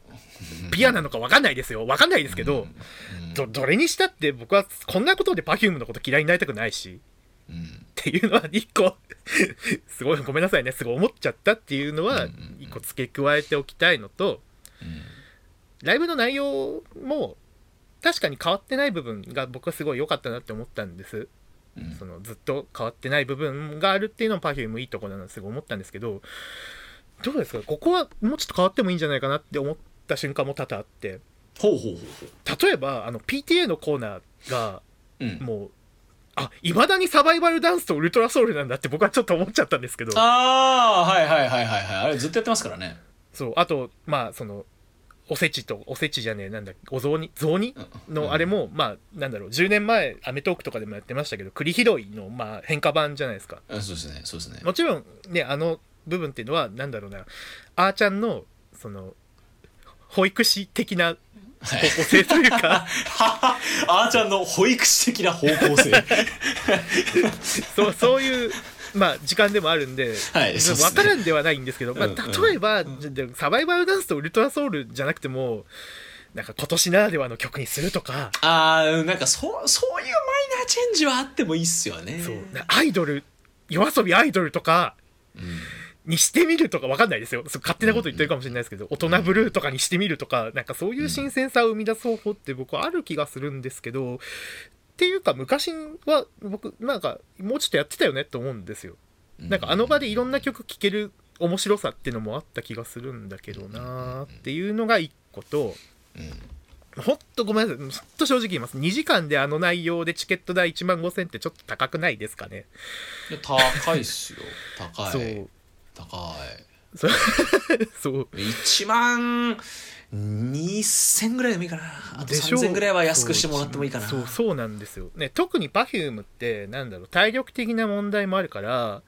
B: ピアなのか分かんないですよ分かんないですけど、どどれにしたって僕はこんなことで Perfume のこと嫌いになりたくないし。
A: うん
B: っていうのは一個 すごいごめんなさいねすごい思っちゃったっていうのは
A: うんうんうん
B: 一個付け加えておきたいのと
A: うん
B: ライブの内容も確かに変わってない部分が僕はすごい良かったなって思ったんです
A: うん
B: そのずっと変わってない部分があるっていうのも Perfume いいとこだなってすごい思ったんですけどどうですかここはもうちょっと変わってもいいんじゃないかなって思った瞬間も多々あって
A: ほうほうほうほ
B: 例えばあの PTA のコーナーが
A: ううん
B: もうあいまだにサバイバルダンスとウルトラソウルなんだって僕はちょっと思っちゃったんですけど
A: ああはいはいはいはいはいあれずっとやってますからね
B: そうあとまあそのおせちとおせちじゃねえなんだお雑煮雑煮
A: うん
B: のあれも、まあなんだろう10年前『アメトーーク』とかでもやってましたけど栗拾いの、まあ、変化版じゃないですか
A: うんそうですねそうですね
B: もちろんねあの部分っていうのはなんだろうなあーちゃんのその保育士的な
A: は
B: 方向性というか
A: あーちゃんの保育士的な方向性
B: そうそういう、まあ、時間でもあるんで、
A: はいそうっすね
B: 分からんではないんですけど、まあ、
A: うんうん
B: 例えば、じゃサバイバルダンスとウルトラソウルじゃなくてもなんか今年ならではの曲にするとか。
A: ああなんかそうそういうマイナーチェンジはあってもいいっすよね
B: そうなアイドル夜遊びアイドルとかにしてみるとかわかんないですよそう勝手なこと言ってるかもしれないですけど、大人ブルーとかにしてみるとかなんかそういう新鮮さを生み出す方法って僕はある気がするんですけどっていうか昔は僕なんかもうちょっとやってたよねと思うんですよなんかあの場でいろんな曲聴ける面白さっていうのもあった気がするんだけどなーっていうのが一個とほんとごめんなさいほんと正直言います2時間であの内容でチケット代1万5000ってちょっと高くないですかね
A: いや高いっすよ高
B: そう
A: い高
B: そうそう
A: い1万2000ぐらいでもいいかなあと
B: でしょう
A: 3000ぐらいは安くしてもらってもいいかな
B: そうそうなんですよ、ね、特に Perfume ってなんだろう体力的な問題もあるから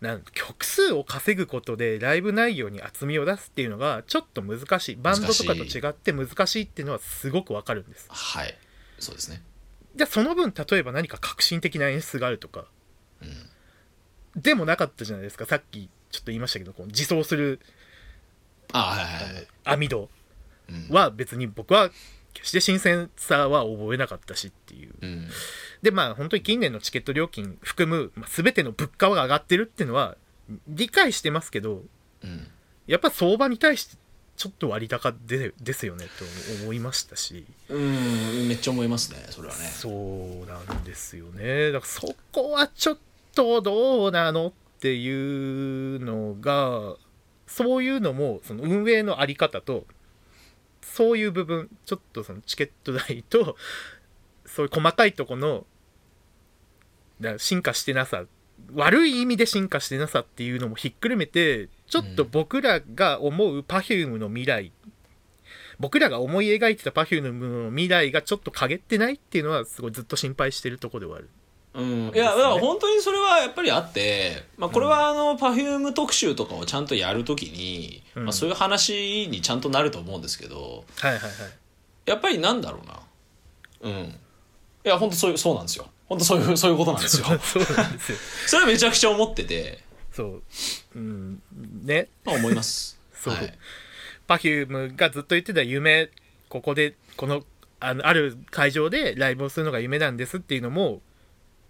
B: なん曲数を稼ぐことでライブ内容に厚みを出すっていうのがちょっと難しいバンドとかと違って難しいっていうのはすごくわかるんです
A: はいそうですね
B: じゃあその分例えば何か革新的な演出があるとか、でもなかったじゃないですかさっきちょっと言いましたけどこう自走する
A: あはいはいはい
B: 網戸は別に僕は決して新鮮さは覚えなかったしっていう
A: うん
B: でまあ本当に近年のチケット料金含む、まあ、全ての物価が上がってるっていうのは理解してますけど
A: うん
B: やっぱ相場に対してちょっと割高でですよねと思いましたし、
A: うんめっちゃ思いますねそれはね
B: そうなんですよねだからそこはちょっとどうなのっていうのがそういうのもその運営のあり方とそういう部分ちょっとそのチケット代とそういう細かいとこのだから進化してなさ悪い意味で進化してなさっていうのもひっくるめてちょっと僕らが思う Perfume の未来、僕らが思い描いてた Perfume の未来がちょっと陰ってないっていうのはすごいずっと心配してるところではある
A: うん、いやだから本当にそれはやっぱりあって、まあ、これはあの Perfume 特集とかをちゃんとやるときに、
B: うん
A: まあ、そういう話にちゃんとなると思うんですけど
B: はいはいはい
A: やっぱりなんだろうなうんいや本当そういうそうなんですよ本当そう いうそういうことなん ですよ
B: そうなんですよ
A: それはめちゃくちゃ思ってて、
B: そううんね
A: まあ、思います
B: そう
A: はい、
B: Perfume がずっと言ってた夢ここでこのあのある会場でライブをするのが夢なんですっていうのも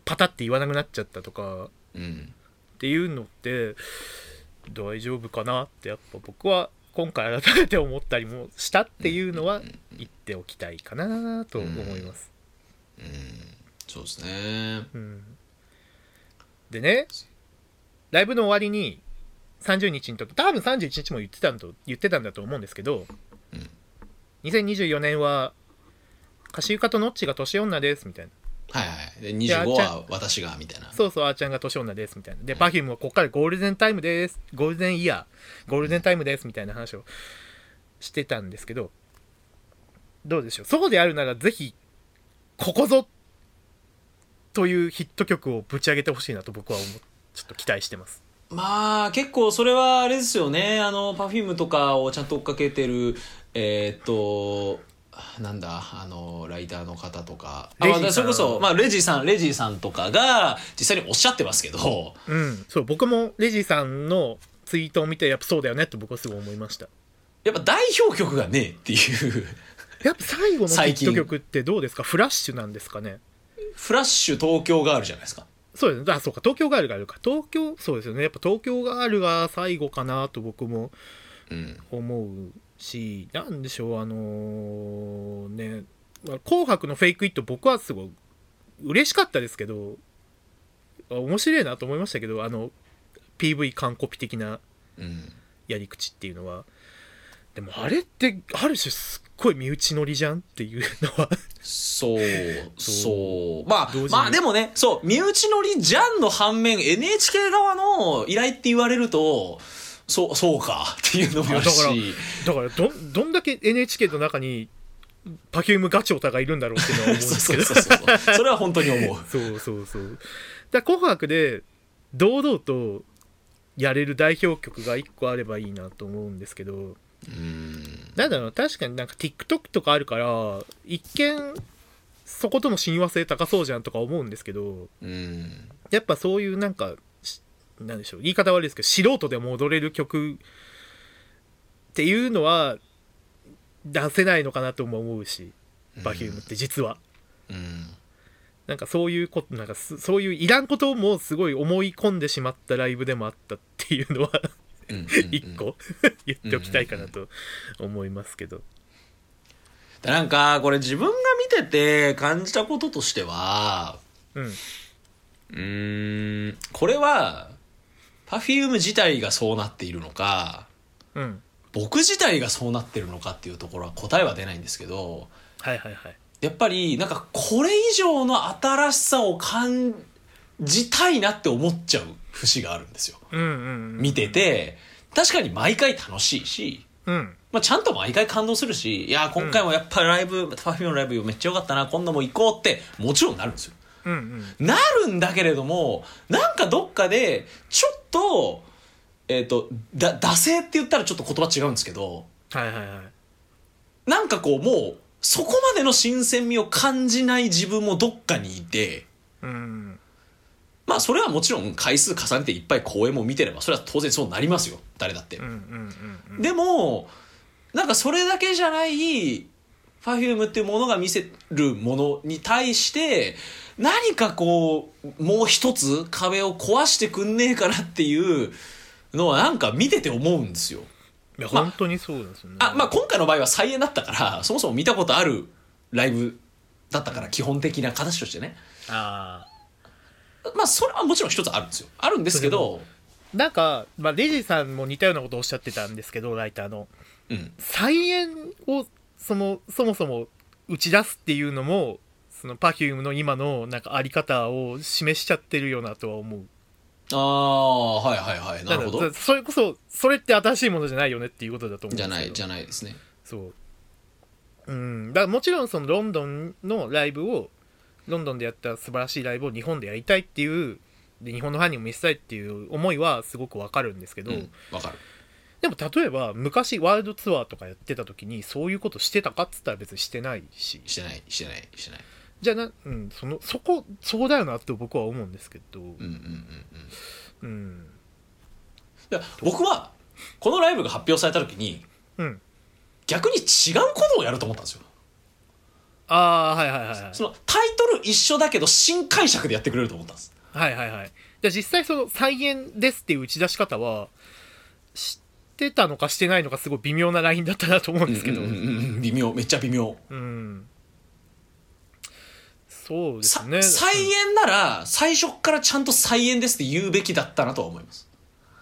B: パタって言わなくなっちゃったとか
A: うん
B: っていうのって大丈夫かなってやっぱ僕は今回改めて思ったりもしたっていうのは言っておきたいかなと思います。
A: そうですね
B: うんでねライブの終わりに30日にとって多分31日も言ってたんと言ってたんだと思うんですけど、
A: うん
B: 2024年は「カシウカとノッチが年女です」みたいな
A: はいはいで25は私がみたいな
B: 「そうそうあーちゃんが年女です」みたいなで Perfume はこっからゴールデンタイムですゴールデンイヤーゴールデンタイムですみたいな話をしてたんですけどどうでしょうそうであるならぜひここぞというヒット曲をぶち上げてほしいなと僕は思うちょっと期待してます
A: まあ結構それはあれですよねあの Perfume とかをちゃんと追っかけてるえーっとなんだあのライターの方とかあ
B: レジさん
A: まあそれこそ、まあ、レジさんレジさんとかが実際におっしゃってますけど
B: うんそう僕もレジさんのツイートを見てやっぱそうだよねって僕はすごい思いました
A: やっぱ代表曲がねえっていう
B: やっぱ最後のヒ
A: 最
B: ッ
A: 近
B: ト曲ってどうですかフラッシュなんですかね
A: フラッシュ東京があるじゃないですか
B: そうですねあそうか東京ガールがあるか東京そうですよねやっぱ東京ガールが最後かなと僕も
A: うん
B: 思うしなんでしょうあのーね「紅白」の「フェイクイット」僕はすごい嬉しかったですけどあ面白いなと思いましたけどあの PV 完コピ的な
A: うん
B: やり口っていうのはでもあれってある種すっごい身内乗りじゃんっていうのは
A: そう、そう。まあ
B: 同時に、
A: まあでもね、そう、身内乗りじゃんの反面、NHK 側の依頼って言われると、そう、そうかっていうのもあるし、
B: だからどどんだけ NHK の中にパキュームガチオタがいるんだろうっていうのは思うんで
A: そう
B: す
A: そ
B: け
A: う そ
B: ど
A: う そう。それは本当に思う。
B: そうそうそう。だから紅白で堂々とやれる代表曲が1個あればいいなと思うんですけど、
A: うん。
B: なんだろう、確かになんか TikTok とかあるから、一見、そことの親和性高そうじゃんとか思うんですけど、
A: うん。
B: やっぱそういうなんか、しなんでしょう、言い方悪いですけど、素人でも踊れる曲っていうのは出せないのかなとも思うし、バキュームって実は。
A: うん。
B: なんかそういうことなんかすそういういらんこともすごい思い込んでしまったライブでもあったっていうのは
A: うん。
B: 一個言っておきたいかなと思いますけど、
A: でなんか、これ自分が見てて感じたこととしては、
B: うん、
A: うーん、これは、Perfume 自体がそうなっているのか、
B: うん、
A: 僕自体がそうなってるのかっていうところは答えは出ないんですけど
B: はいはいはい
A: やっぱりなんかこれ以上の新しさを感じたいなって思っちゃう節があるんですよ
B: うんうんうん
A: 見てて確かに毎回楽しいし、
B: うん
A: まあ、ちゃんと毎回感動するしいや今回もやっぱライブ Perfume、のライブめっちゃ良かったな今度も行こうってもちろんなるんですよ
B: うんうん
A: なるんだけれどもなんかどっかでちょっとえっ、とだ惰性って言ったらちょっと言葉違うんですけど
B: はいはいはい
A: なんかこうもうそこまでの新鮮味を感じない自分もどっかにいて
B: うん
A: まあそれはもちろん回数重ねていっぱい公演も見てればそれは当然そうなりますよ誰だって
B: うんう。んうん
A: でもなんかそれだけじゃない Perfume っていうものが見せるものに対して何かこうもう一つ壁を壊してくんねえかなっていうのはなんか見てて思うんですよ。
B: いや
A: まあ
B: 本当にそうですよね、
A: あまあ今回の場合は再演だったからそもそも見たことあるライブだったから基本的な形としてね
B: あ
A: まあそれはもちろん一つあるんですよあるんですけど
B: ーなんか、まあ、レジさんも似たようなことをおっしゃってたんですけどライターの
A: うん
B: 再演をそのそもそも打ち出すっていうのもその Perfume の今のなんかあり方を示しちゃってるよなとは思う
A: ああはいはいはいなるほ
B: だか
A: ど
B: らそれこそそれって新しいものじゃないよねっていうことだと思うん
A: じ
B: です
A: ゃ
B: けど
A: ないじゃないですね
B: そううん、だからもちろんそのロンドンのライブをロンドンでやった素晴らしいライブを日本でやりたいっていうで日本のファンにも見せたいっていう思いはすごくわかるんですけど、
A: うん、わかる
B: でも例えば昔ワールドツアーとかやってた時にそういうことしてたかっつったら別にしてないし
A: してないしてないしてない
B: じゃあな、うん、そのそこそうだよなと僕は思うんですけど、
A: うんうんうんうん
B: うん
A: いや僕はこのライブが発表された時に
B: うん、
A: 逆に違うことをやると思ったんですよ
B: ああはいはいはいはい
A: そのタイトル一緒だけど新解釈でやってくれると思ったんです
B: はいはいはいじゃあ実際その再現ですっていう打ち出し方は知ってたのかしてないのかすごい微妙なラインだったなと思うんですけど、
A: うんうんうんうん微妙めっちゃ微妙、
B: うんそうです
A: さ
B: ね。
A: 再演なら最初からちゃんと再演ですって言うべきだったなとは思います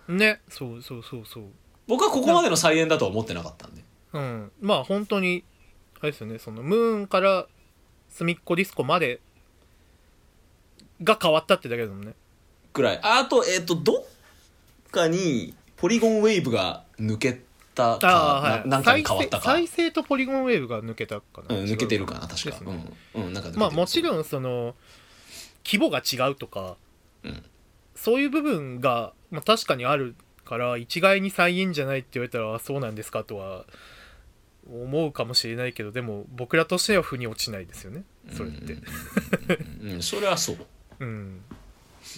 B: ね、そうそうそうそう。
A: 僕はここまでの再演だとは思ってなかったんで
B: うん。まあ本当に、あれですよね、そのムーンから隅っこディスコまでが変わったってだけだもんね。
A: くらいあとえっ、とどっかにポリゴンウェーブが抜けたか
B: ああ、はい。
A: ななんかに変わったか、う
B: 再
A: ん、
B: 生再生とポリゴンウェーブが抜けたかな。
A: 抜けてるかな
B: 違
A: 確
B: う
A: か、
B: ですね
A: うん、うん、なんか抜けてる
B: まあもちろんその、規模が違うとか、
A: うん
B: そういう部分が、まあ、確かにあるから一概に再現じゃないって言われたらあそうなんですかとは思うかもしれないけどでも僕らとしては腑に落ちないですよねそれって。
A: うんうん、それはそう
B: うん、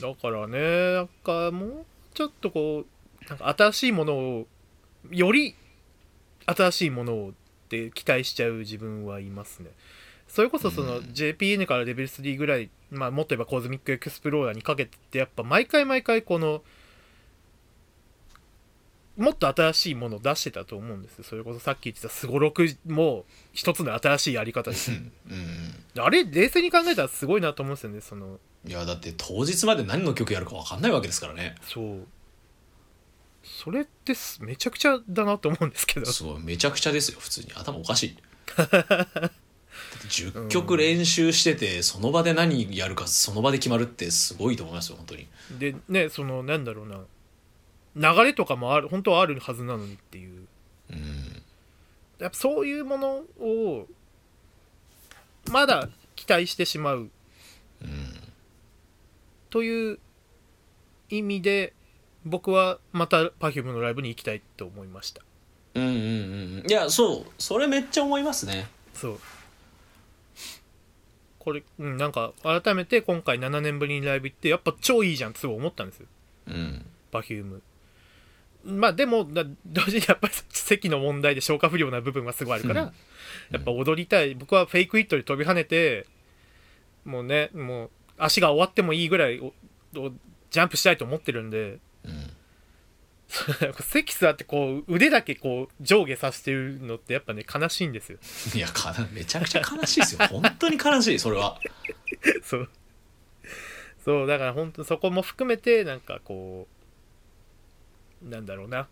B: だからねなんかもうちょっとこうなんか新しいものをより新しいものをって期待しちゃう自分はいますねそれこそその
A: うん
B: JPN からレベル3ぐらい、まあ、もっと言えばコズミックエクスプローラーにかけてってやっぱ毎回毎回このもっと新しいものを出してたと思うんですよそれこそさっき言ってたすごろくも一つの新しいやり方です
A: うん、う
B: あれ冷静に考えたらすごいなと思うんですよねその
A: ん、いやだって当日まで何の曲やるか分かんないわけですからね
B: そうそれってすめちゃくちゃだなと思うんです けど
A: すごいめちゃくちゃですよ普通に頭おかしい だって10曲練習しててその場で何やるかその場で決まるってすごいと思いますよ本当に
B: でねそのなんだろうな流れとかもある本当はあるはずなのにっていう
A: うん
B: やっぱそういうものをまだ期待してしまう
A: うん
B: という意味で僕はまた Perfume のライブに行きたいと思いました
A: うんうんうんうんいやそうそれめっちゃ思いますね
B: そうこれ、うん、なんか改めて今回7年ぶりにライブ行ってやっぱ超いいじゃんってすごい思ったんですよ
A: うん
B: パフュームまあでもな同時にやっぱり席の問題で消化不良な部分はすごいあるから、
A: うん
B: やっぱ踊りたい僕はフェイクイットで飛び跳ねてもうねもう足が終わってもいいぐらいおおジャンプしたいと思ってるんで
A: うん
B: 席座ってこう腕だけこう上下させてるのってやっぱね悲しいんですよ
A: いやかなめちゃくちゃ悲しいです よ本当に悲しいそれは
B: そうそうだから本当そこも含めてなんかこうなんだろうな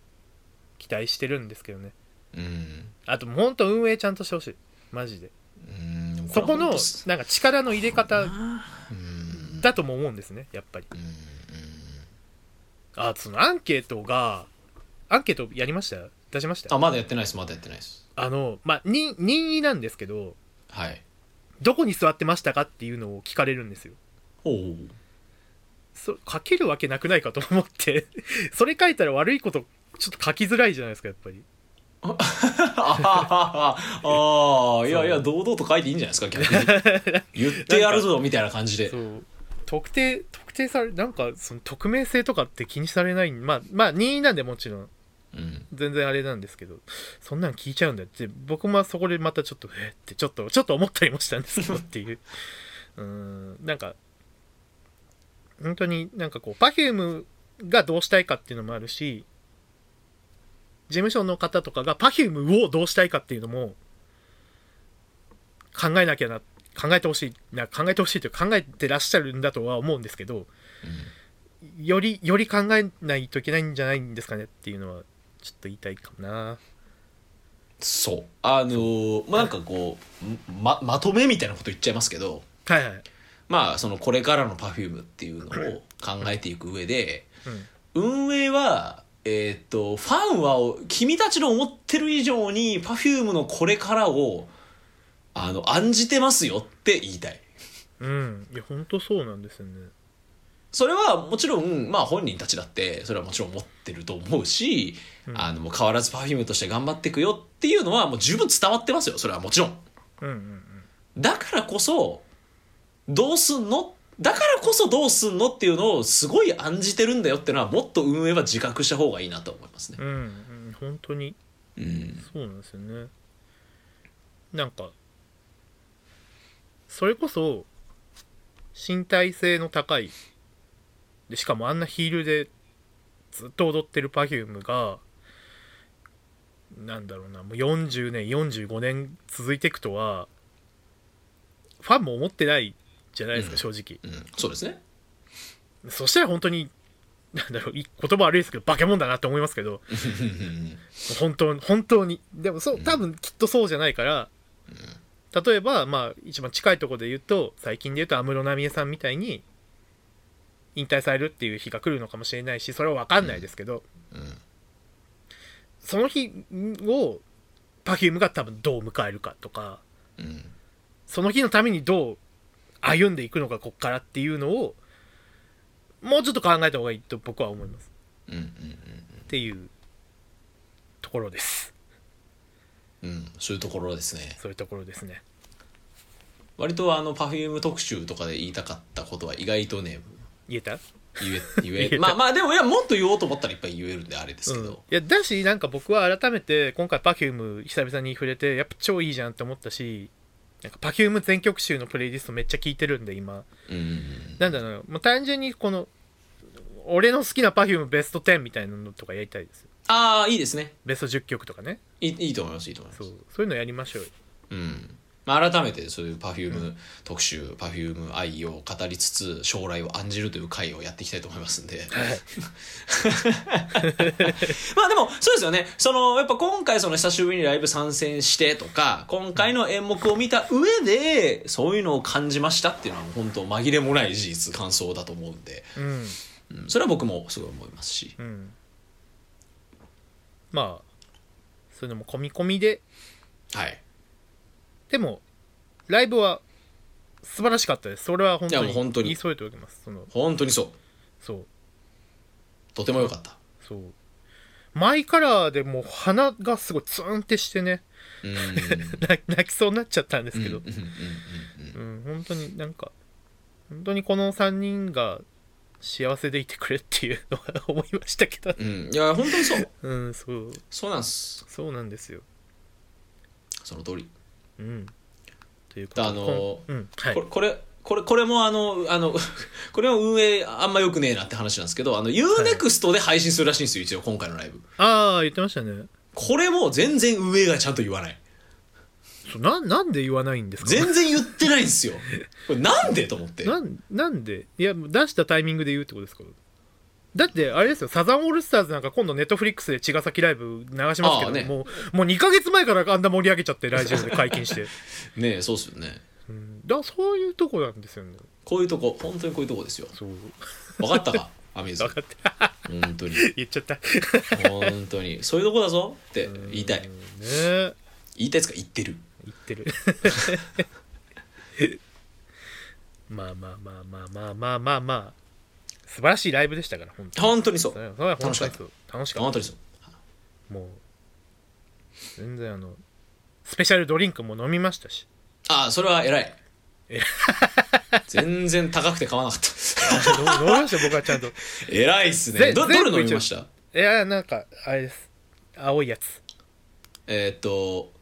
B: 期待してるんですけどね
A: うん
B: あともうほんと運営ちゃんとしてほしいマジで
A: うんでも
B: そ
A: れ
B: こ
A: は本
B: の
A: 当す
B: なんか力の入れ方
A: うん
B: だとも思うんですねやっぱり
A: うんうん
B: あそのアンケートがアンケートやりました出しました
A: あ
B: あ
A: まだやってないですまだやってないです
B: のまあに任意なんですけど
A: はい
B: どこに座ってましたかっていうのを聞かれるんですよ
A: おお
B: そ書けるわけなくないかと思って それ書いたら悪いことちょっと書きづらいじゃないですかやっぱり
A: ああ あいやいや堂々と書いていいんじゃないですか逆に言ってやるぞみたいな感じで
B: そう特定特定されなんかその匿名性とかって気にされないまあまあ任意なんでもちろん
A: うん
B: 全然あれなんですけどそんなん聞いちゃうんだって僕もそこでまたちょっとえってちょっとちょっと思ったりもしたんですけどっていう うーんなんか本当になんかこう Perfume がどうしたいかっていうのもあるし事務所の方とかが Perfume をどうしたいかっていうのも考えなきゃな考えてほしいな考えてほしいというか考えてらっしゃるんだとは思うんですけど、よりより考えないといけないんじゃないんですかねっていうのはちょっと言いたいかもな
A: そうあのーまあなんかこうままとめみたいなこと言っちゃいますけど
B: はいはい
A: まあそのこれからの Perfume っていうのを考えていく上で
B: うん
A: 運営はえーっとファンは君たちの思ってる以上に Perfume のこれからをあの案じてますよって言いたい
B: うんいや本当そうなんですよね
A: それはもちろん、まあ、本人たちだってそれはもちろん持ってると思うし、
B: うん
A: あのもう変わらず Perfume として頑張っていくよっていうのはもう十分伝わってますよそれはもちろん
B: うんうんうん
A: だからこそどうすんのだからこそどうすんのっていうのをすごい案じてるんだよっていうのはもっと運営は自覚した方がいいなと思いますね。
B: うんうん本当に
A: うん、
B: そうなんですよねなんかそれこそ身体性の高いでしかもあんなヒールでずっと踊ってる Perfume がなんだろうなもう40年45年続いていくとはファンも思ってないじゃないですか、
A: うん
B: 正直
A: うん、そうですね。
B: そしたら本当になんだろうい言葉悪いですけど化け物だなって思いますけど本当に本当にでもそう多分きっとそうじゃないから、例えばまあ一番近いところで言うと最近で言うと安室奈美恵さんみたいに引退されるっていう日が来るのかもしれないしそれは分かんないですけど、
A: うん
B: その日を Perfume が多分どう迎えるかとか
A: うん
B: その日のためにどう歩んでいくのかこっからっていうのをもうちょっと考えた方がいいと僕は思います
A: うんうん
B: っていうところです
A: うんうんそういうところですね。
B: そういうところですね
A: 割とあの Perfume 特集とかで言いたかったことは意外とね
B: 言えた
A: 言え
B: 言え
A: 言
B: た
A: えまあまあでもいやもっと言おうと思ったらいっぱい言えるんであれですけ
B: うん、い
A: ど。
B: やだしなんか僕は改めて今回 Perfume 久々に触れてやっぱ超いいじゃんって思ったしなんか Perfume 全曲集のプレイリストめっちゃ聴いてるんで今
A: うんうん
B: なんだろうもう単純にこの俺の好きな Perfume ベスト10みたいなのとかやりたいです
A: ああいいですね
B: ベスト10曲とかね
A: いいいいと思いますいいと思います
B: そう。そういうのやりましょうよ
A: うんまあ、改めてそういう Perfume 特集、Perfume 愛を語りつつ将来を案じるという回をやっていきたいと思いますんで まあでもそうですよねそのやっぱ今回その久しぶりにライブ参戦してとか今回の演目を見た上でそういうのを感じましたっていうのは本当紛れもない事実感想だと思うんで、
B: うん
A: うん、それは僕もすごい思いますし
B: うんまあそういうのも込み込みで
A: はい
B: でもライブは素晴らしかったですそれは本当
A: いやも
B: に
A: う本当に
B: 言い添えておきますその
A: 本当にそう
B: そう
A: とても良かった
B: そうマイカラーでもう鼻がすごいツーンってしてね
A: うん
B: 泣泣きそうになっちゃったんですけど
A: うんうんうんうん
B: うん、本当になんか本当にこの3人が幸せでいてくれっていうのは思いましたけ ど
A: うんうんいや本当にそう
B: うんそう
A: そうなんです
B: そうなんですよ
A: その通り
B: うんということで
A: あのー
B: こんうんはい
A: これこれこれこれもあのあの これも運営あんまよくねえなって話なんですけどあの UNEXT で配信するらしいんですよ一応今回のライブ
B: ああ言ってましたね
A: これも全然運営がちゃんと言わない
B: そうななんで言わないんですか
A: 全然言ってないん ですよこれなんでと思って
B: なんなんでいやもう出したタイミングで言うってことですかだってあれですよサザンオールスターズなんか今度ネットフリックスで茅ヶ崎ライブ流しますけ
A: あ
B: ど、
A: あね
B: もうもう2ヶ月前からあんな盛り上げちゃってラジオで解禁 して、
A: ねえそうっすよね
B: うん、だからそういうとこなんですよね
A: こういうとこ本当にこういうとこですよ
B: そう
A: 分かった かアミューズ
B: 分かった
A: 本当に
B: 言っちゃ ったね
A: 本当にそういうとこだぞって言いたい
B: え
A: 言いたいっつか言ってる
B: 言ってる まあまあまあまあまあまあまあまあ素晴らしいライブでしたから本当に
A: 本当にそう
B: それはそれは本当に
A: 楽し
B: そう楽しかった
A: 本当にそう
B: もう全然あのスペシャルドリンクも飲みましたし
A: ああそれは偉い 全然高くて買わなかった
B: 飲み飲みましたよ僕はちゃんとい
A: 偉いっすね
B: ぜ
A: どど
B: 全部
A: れ飲みました
B: やなんかあれです青いやつ
A: えーっと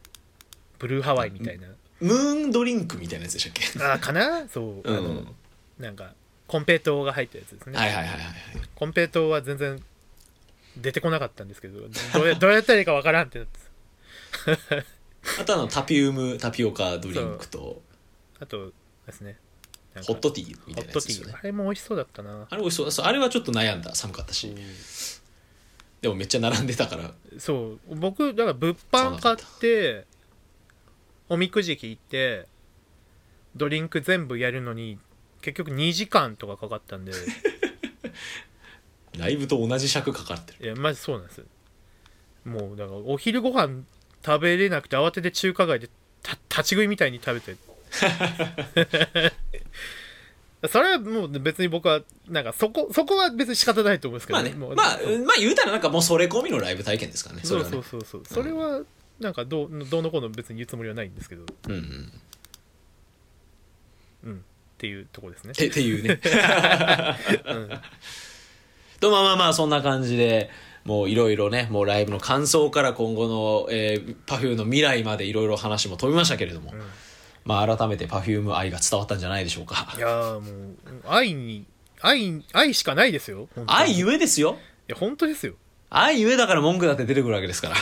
B: ブルーハワイみたいな
A: ムーンドリンクみたいなやつでしたっけ
B: あーかなそう、
A: うん
B: あ
A: は
B: のなんかコンペイトーが入ったやつです
A: い
B: ね、
A: はいはいはい
B: コンペイトーは全然出てこなかったんですけどどうや どうやったらいいかわからんってなって
A: あとあのタピウムタピオカドリンクと
B: あとですねなんか
A: ホットティーみた
B: ホ
A: いな
B: ッ
A: や
B: ト
A: つ
B: テ
A: ですよ
B: ィー、
A: ね
B: あれも美味しそうだったな
A: あれ美味しそうそうあれはちょっと悩んだ寒かったしでもめっちゃ並んでたから
B: そう僕だから物販買っておみくじ引いてドリンク全部やるのに結局2時間とかかかっ たんで
A: ライブと同じ尺かかってる
B: いやマジそうなんですもうだからお昼ご飯食べれなくて慌てて中華街でた立ち食いみたいに 食べてそれはもう別に僕はなんかそこそこは別に仕方ないと思うんですけ
A: ま
B: ど
A: あねま
B: もう
A: あまあ言うたらなんかもうそれ込みのライブ体験ですからねそ
B: そ
A: れ
B: う
A: は
B: そ
A: ね
B: うそうそうそれはなんかどうどうのこうの別に言うつもりはないんですけどっ
A: うんうん
B: ていうとこですね
A: て っていうね。とまあまあまあそんな感じでもういろいろねもうライブの感想から今後の、えー、Perfume の未来までいろいろ話も飛びましたけれども、まあ改めて Perfume 愛が伝わったんじゃないでしょうか
B: い。やーもう愛に愛愛しかないですよ本当に
A: 愛
B: い
A: ゆえですよ
B: や本当ですよ
A: 愛ゆえだから文句だって出てくるわけですから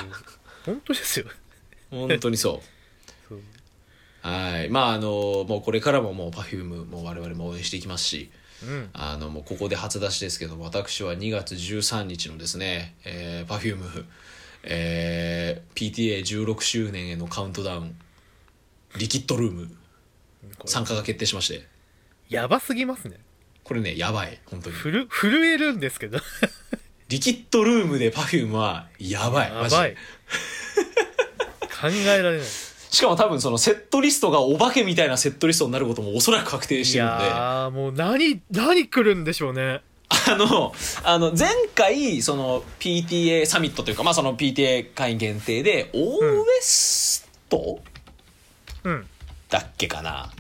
B: 本当ですよ
A: 本当にそう。
B: そう
A: はいまああのもうこれからももう Perfume も我々も応援していきますし。
B: うん
A: あのもうここで初出しですけども私は2月13日のですね、えー、Perfume、えー、PTA16 周年へのカウントダウンリキッドルーム
B: これ
A: 参加が決定しまして
B: やばすぎますね
A: これねやばい本当に
B: ふる震えるんですけど
A: リキッドルームで Perfume はやばい
B: や
A: マジ
B: ば
A: で
B: い考えられない
A: しかも多分そのセットリストがお化けみたいなセットリストになることもおそらく確定し
B: い
A: てるので
B: やーもう何何来るんでしょうね
A: あの、あの、前回、その PTA サミットというか、まあその PTA 会員限定で、オーウエスト
B: うん
A: だっけかな。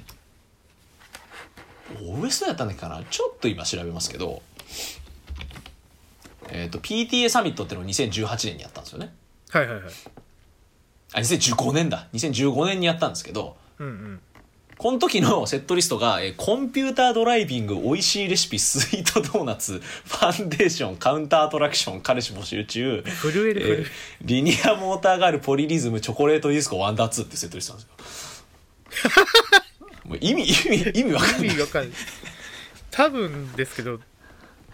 A: オーウエストだったんだっけかなちょっと今調べますけど、えっ、と、PTA サミットっていうのを2018年にやったんですよね。
B: はいはいはい
A: あ、2015年だ。2015年にやったんですけど、
B: うんうん
A: この時のセットリストが、えーコンピュータードライビング、美味しいレシピ、スイートドーナツ、ファンデーション、カウンターアトラクション、彼氏募集中、
B: 震える震
A: え
B: え
A: ー
B: る、
A: リニアモーターガール、ポリリズム、チョコレートディスコ、ワンダーツーってセットリストなんです よ。もう意味、意味、意味わかんな
B: 意
A: い
B: 味。わかんない多分ですけど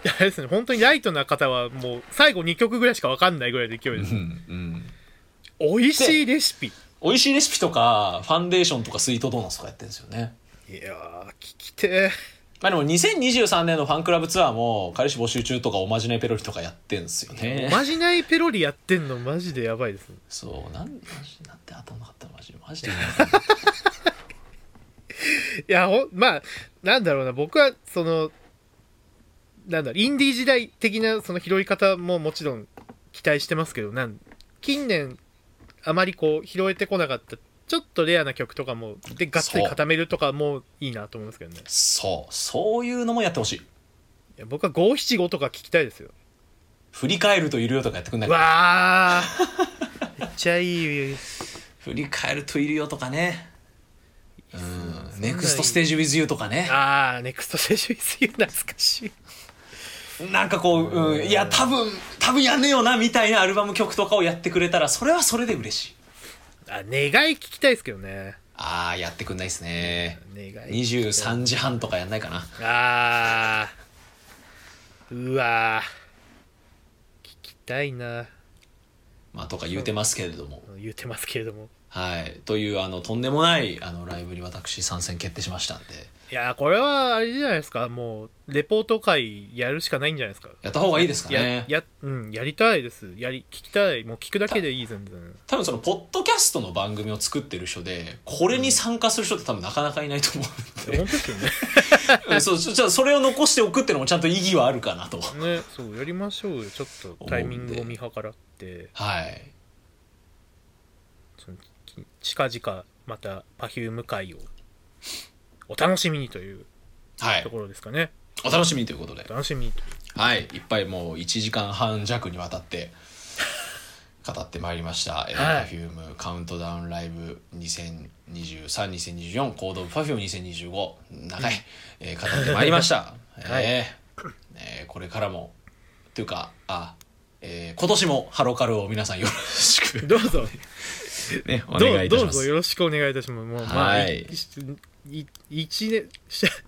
B: あれですね本当にライトな方はもう最後2曲ぐらいしかわかんないぐらいの勢いで
A: う
B: す
A: んうん
B: 美味しいレシピ
A: 美味しいレシピとか、ファンデーションとかスイートドーナツとかやってるんですよね。
B: いやー聞きて
A: まあでも2023年のファンクラブツアーも、彼氏募集中とかおまじないペロリとかやってるんですよ
B: ー
A: ね
B: お。まじないペロリやってんのマジでやばいですね
A: そう、なん、マジなんて頭なかったのマジで、マジで。
B: いやほんまあなんだろうな僕はそのなんだろうインディー時代的なその拾い方ももちろん期待してますけどなん近年あまりこう拾えてこなかったちょっとレアな曲とかもでがっつり固めるとかもいいなと思うんですけどね
A: そう、そういうのもやってほしい。
B: いや僕は五七五とか聞きたいですよ
A: 振り返るといるよとかやってくんないかな
B: わあ めっちゃいい
A: 振り返るといるよとかね。うん、ネクストス
B: ー
A: テージ with you とかね。
B: ああネクストセッションスユ懐かしい
A: なんかこう、うん、いや、多分、多分やんねえよな、みたいなアルバム曲とかをやってくれたら、それはそれで嬉しい。
B: あ願い聞きたいですけどね
A: あー、やってくんないですね。
B: 願い聞きたい
A: 23時半とかやんないかな。
B: あーうわー聞きたいな
A: まあ、とか言うてますけれども。
B: 言うてますけれども
A: はい。という、あの、とんでもない、あの、ライブに私参戦決定しましたんで、
B: いやーこれはあれじゃないですかもうレポート会やるしかないんじゃないですか
A: やった方がいいですかね。
B: やや,、うん、やりたいですやり聞きたいもう聞くだけでいい全然
A: 多分そのポッドキャストの番組を作ってる人でこれに参加する人って多分なかなかいないと思うん
B: いや
A: で
B: 本当ですよね
A: うんそうちょじゃ あそれを残しておくっていうのもちゃんと意義はあるかなと
B: ねそうやりましょうよちょっとタイミングを見計らって
A: はい
B: そのき近々また Perfume 会をお楽しみにという
A: は
B: と
A: い
B: ころですかね
A: お楽しみということで
B: お楽しみにという
A: はいいっぱいもう1時間半弱にわたって語ってまいりました「え
B: は
A: ー
B: い
A: Perfume カウントダウンライブ20232024コード Perfume2025」長い、えー語ってまいりま した、
B: はい
A: えーえーこれからもというかあ、えー今年もハロカルを皆さんよろしく、
B: どうぞ
A: ね、お
B: ど
A: 願いういた
B: ど
A: し
B: う
A: ま
B: ぞ
A: す
B: よろしくお願いいたします。もうま
A: は
B: あ、
A: い
B: いい一年、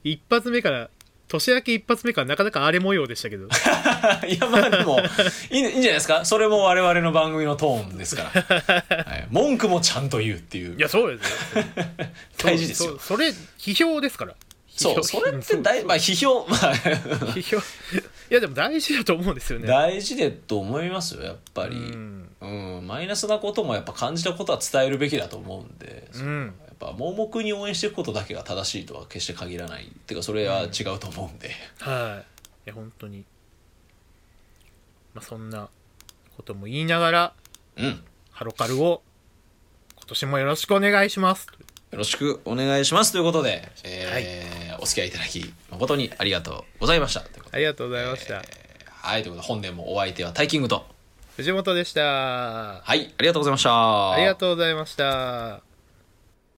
B: 一発目から、年明け一発目からなかなか荒れ模様でしたけ ど、
A: いやまあでもいいいいんじゃないですかそれも我々の番組のトーンですから、はい、文句もちゃんと言うっていう
B: いや、そうですよ。
A: 大事ですよ
B: そうそれ、批評ですから。
A: そうそれって大、まあ、批評、まあ、
B: 批評いやでも大事だと思うんですよね
A: 大事でと思いますよやっぱり、
B: うん
A: うん、マイナスなこともやっぱ感じたことは伝えるべきだと思うんで、
B: う
A: や
B: ん
A: っぱ盲目に応援していくことだけが正しいとは決して限らないっていうかそれは違うと思うんで、
B: はいいや本当にまあそんなことも言いながら
A: うん、よ
B: ハロカルを今年もよろしくお願いします
A: ろしくお願いしますということで、えーお付き合いいただき誠にありがとうございましたということ
B: あ
A: で
B: りがとうございました
A: はいということで本年もお相手はタイキングと
B: 藤本でした
A: はいありがとうございました
B: ありがとうございました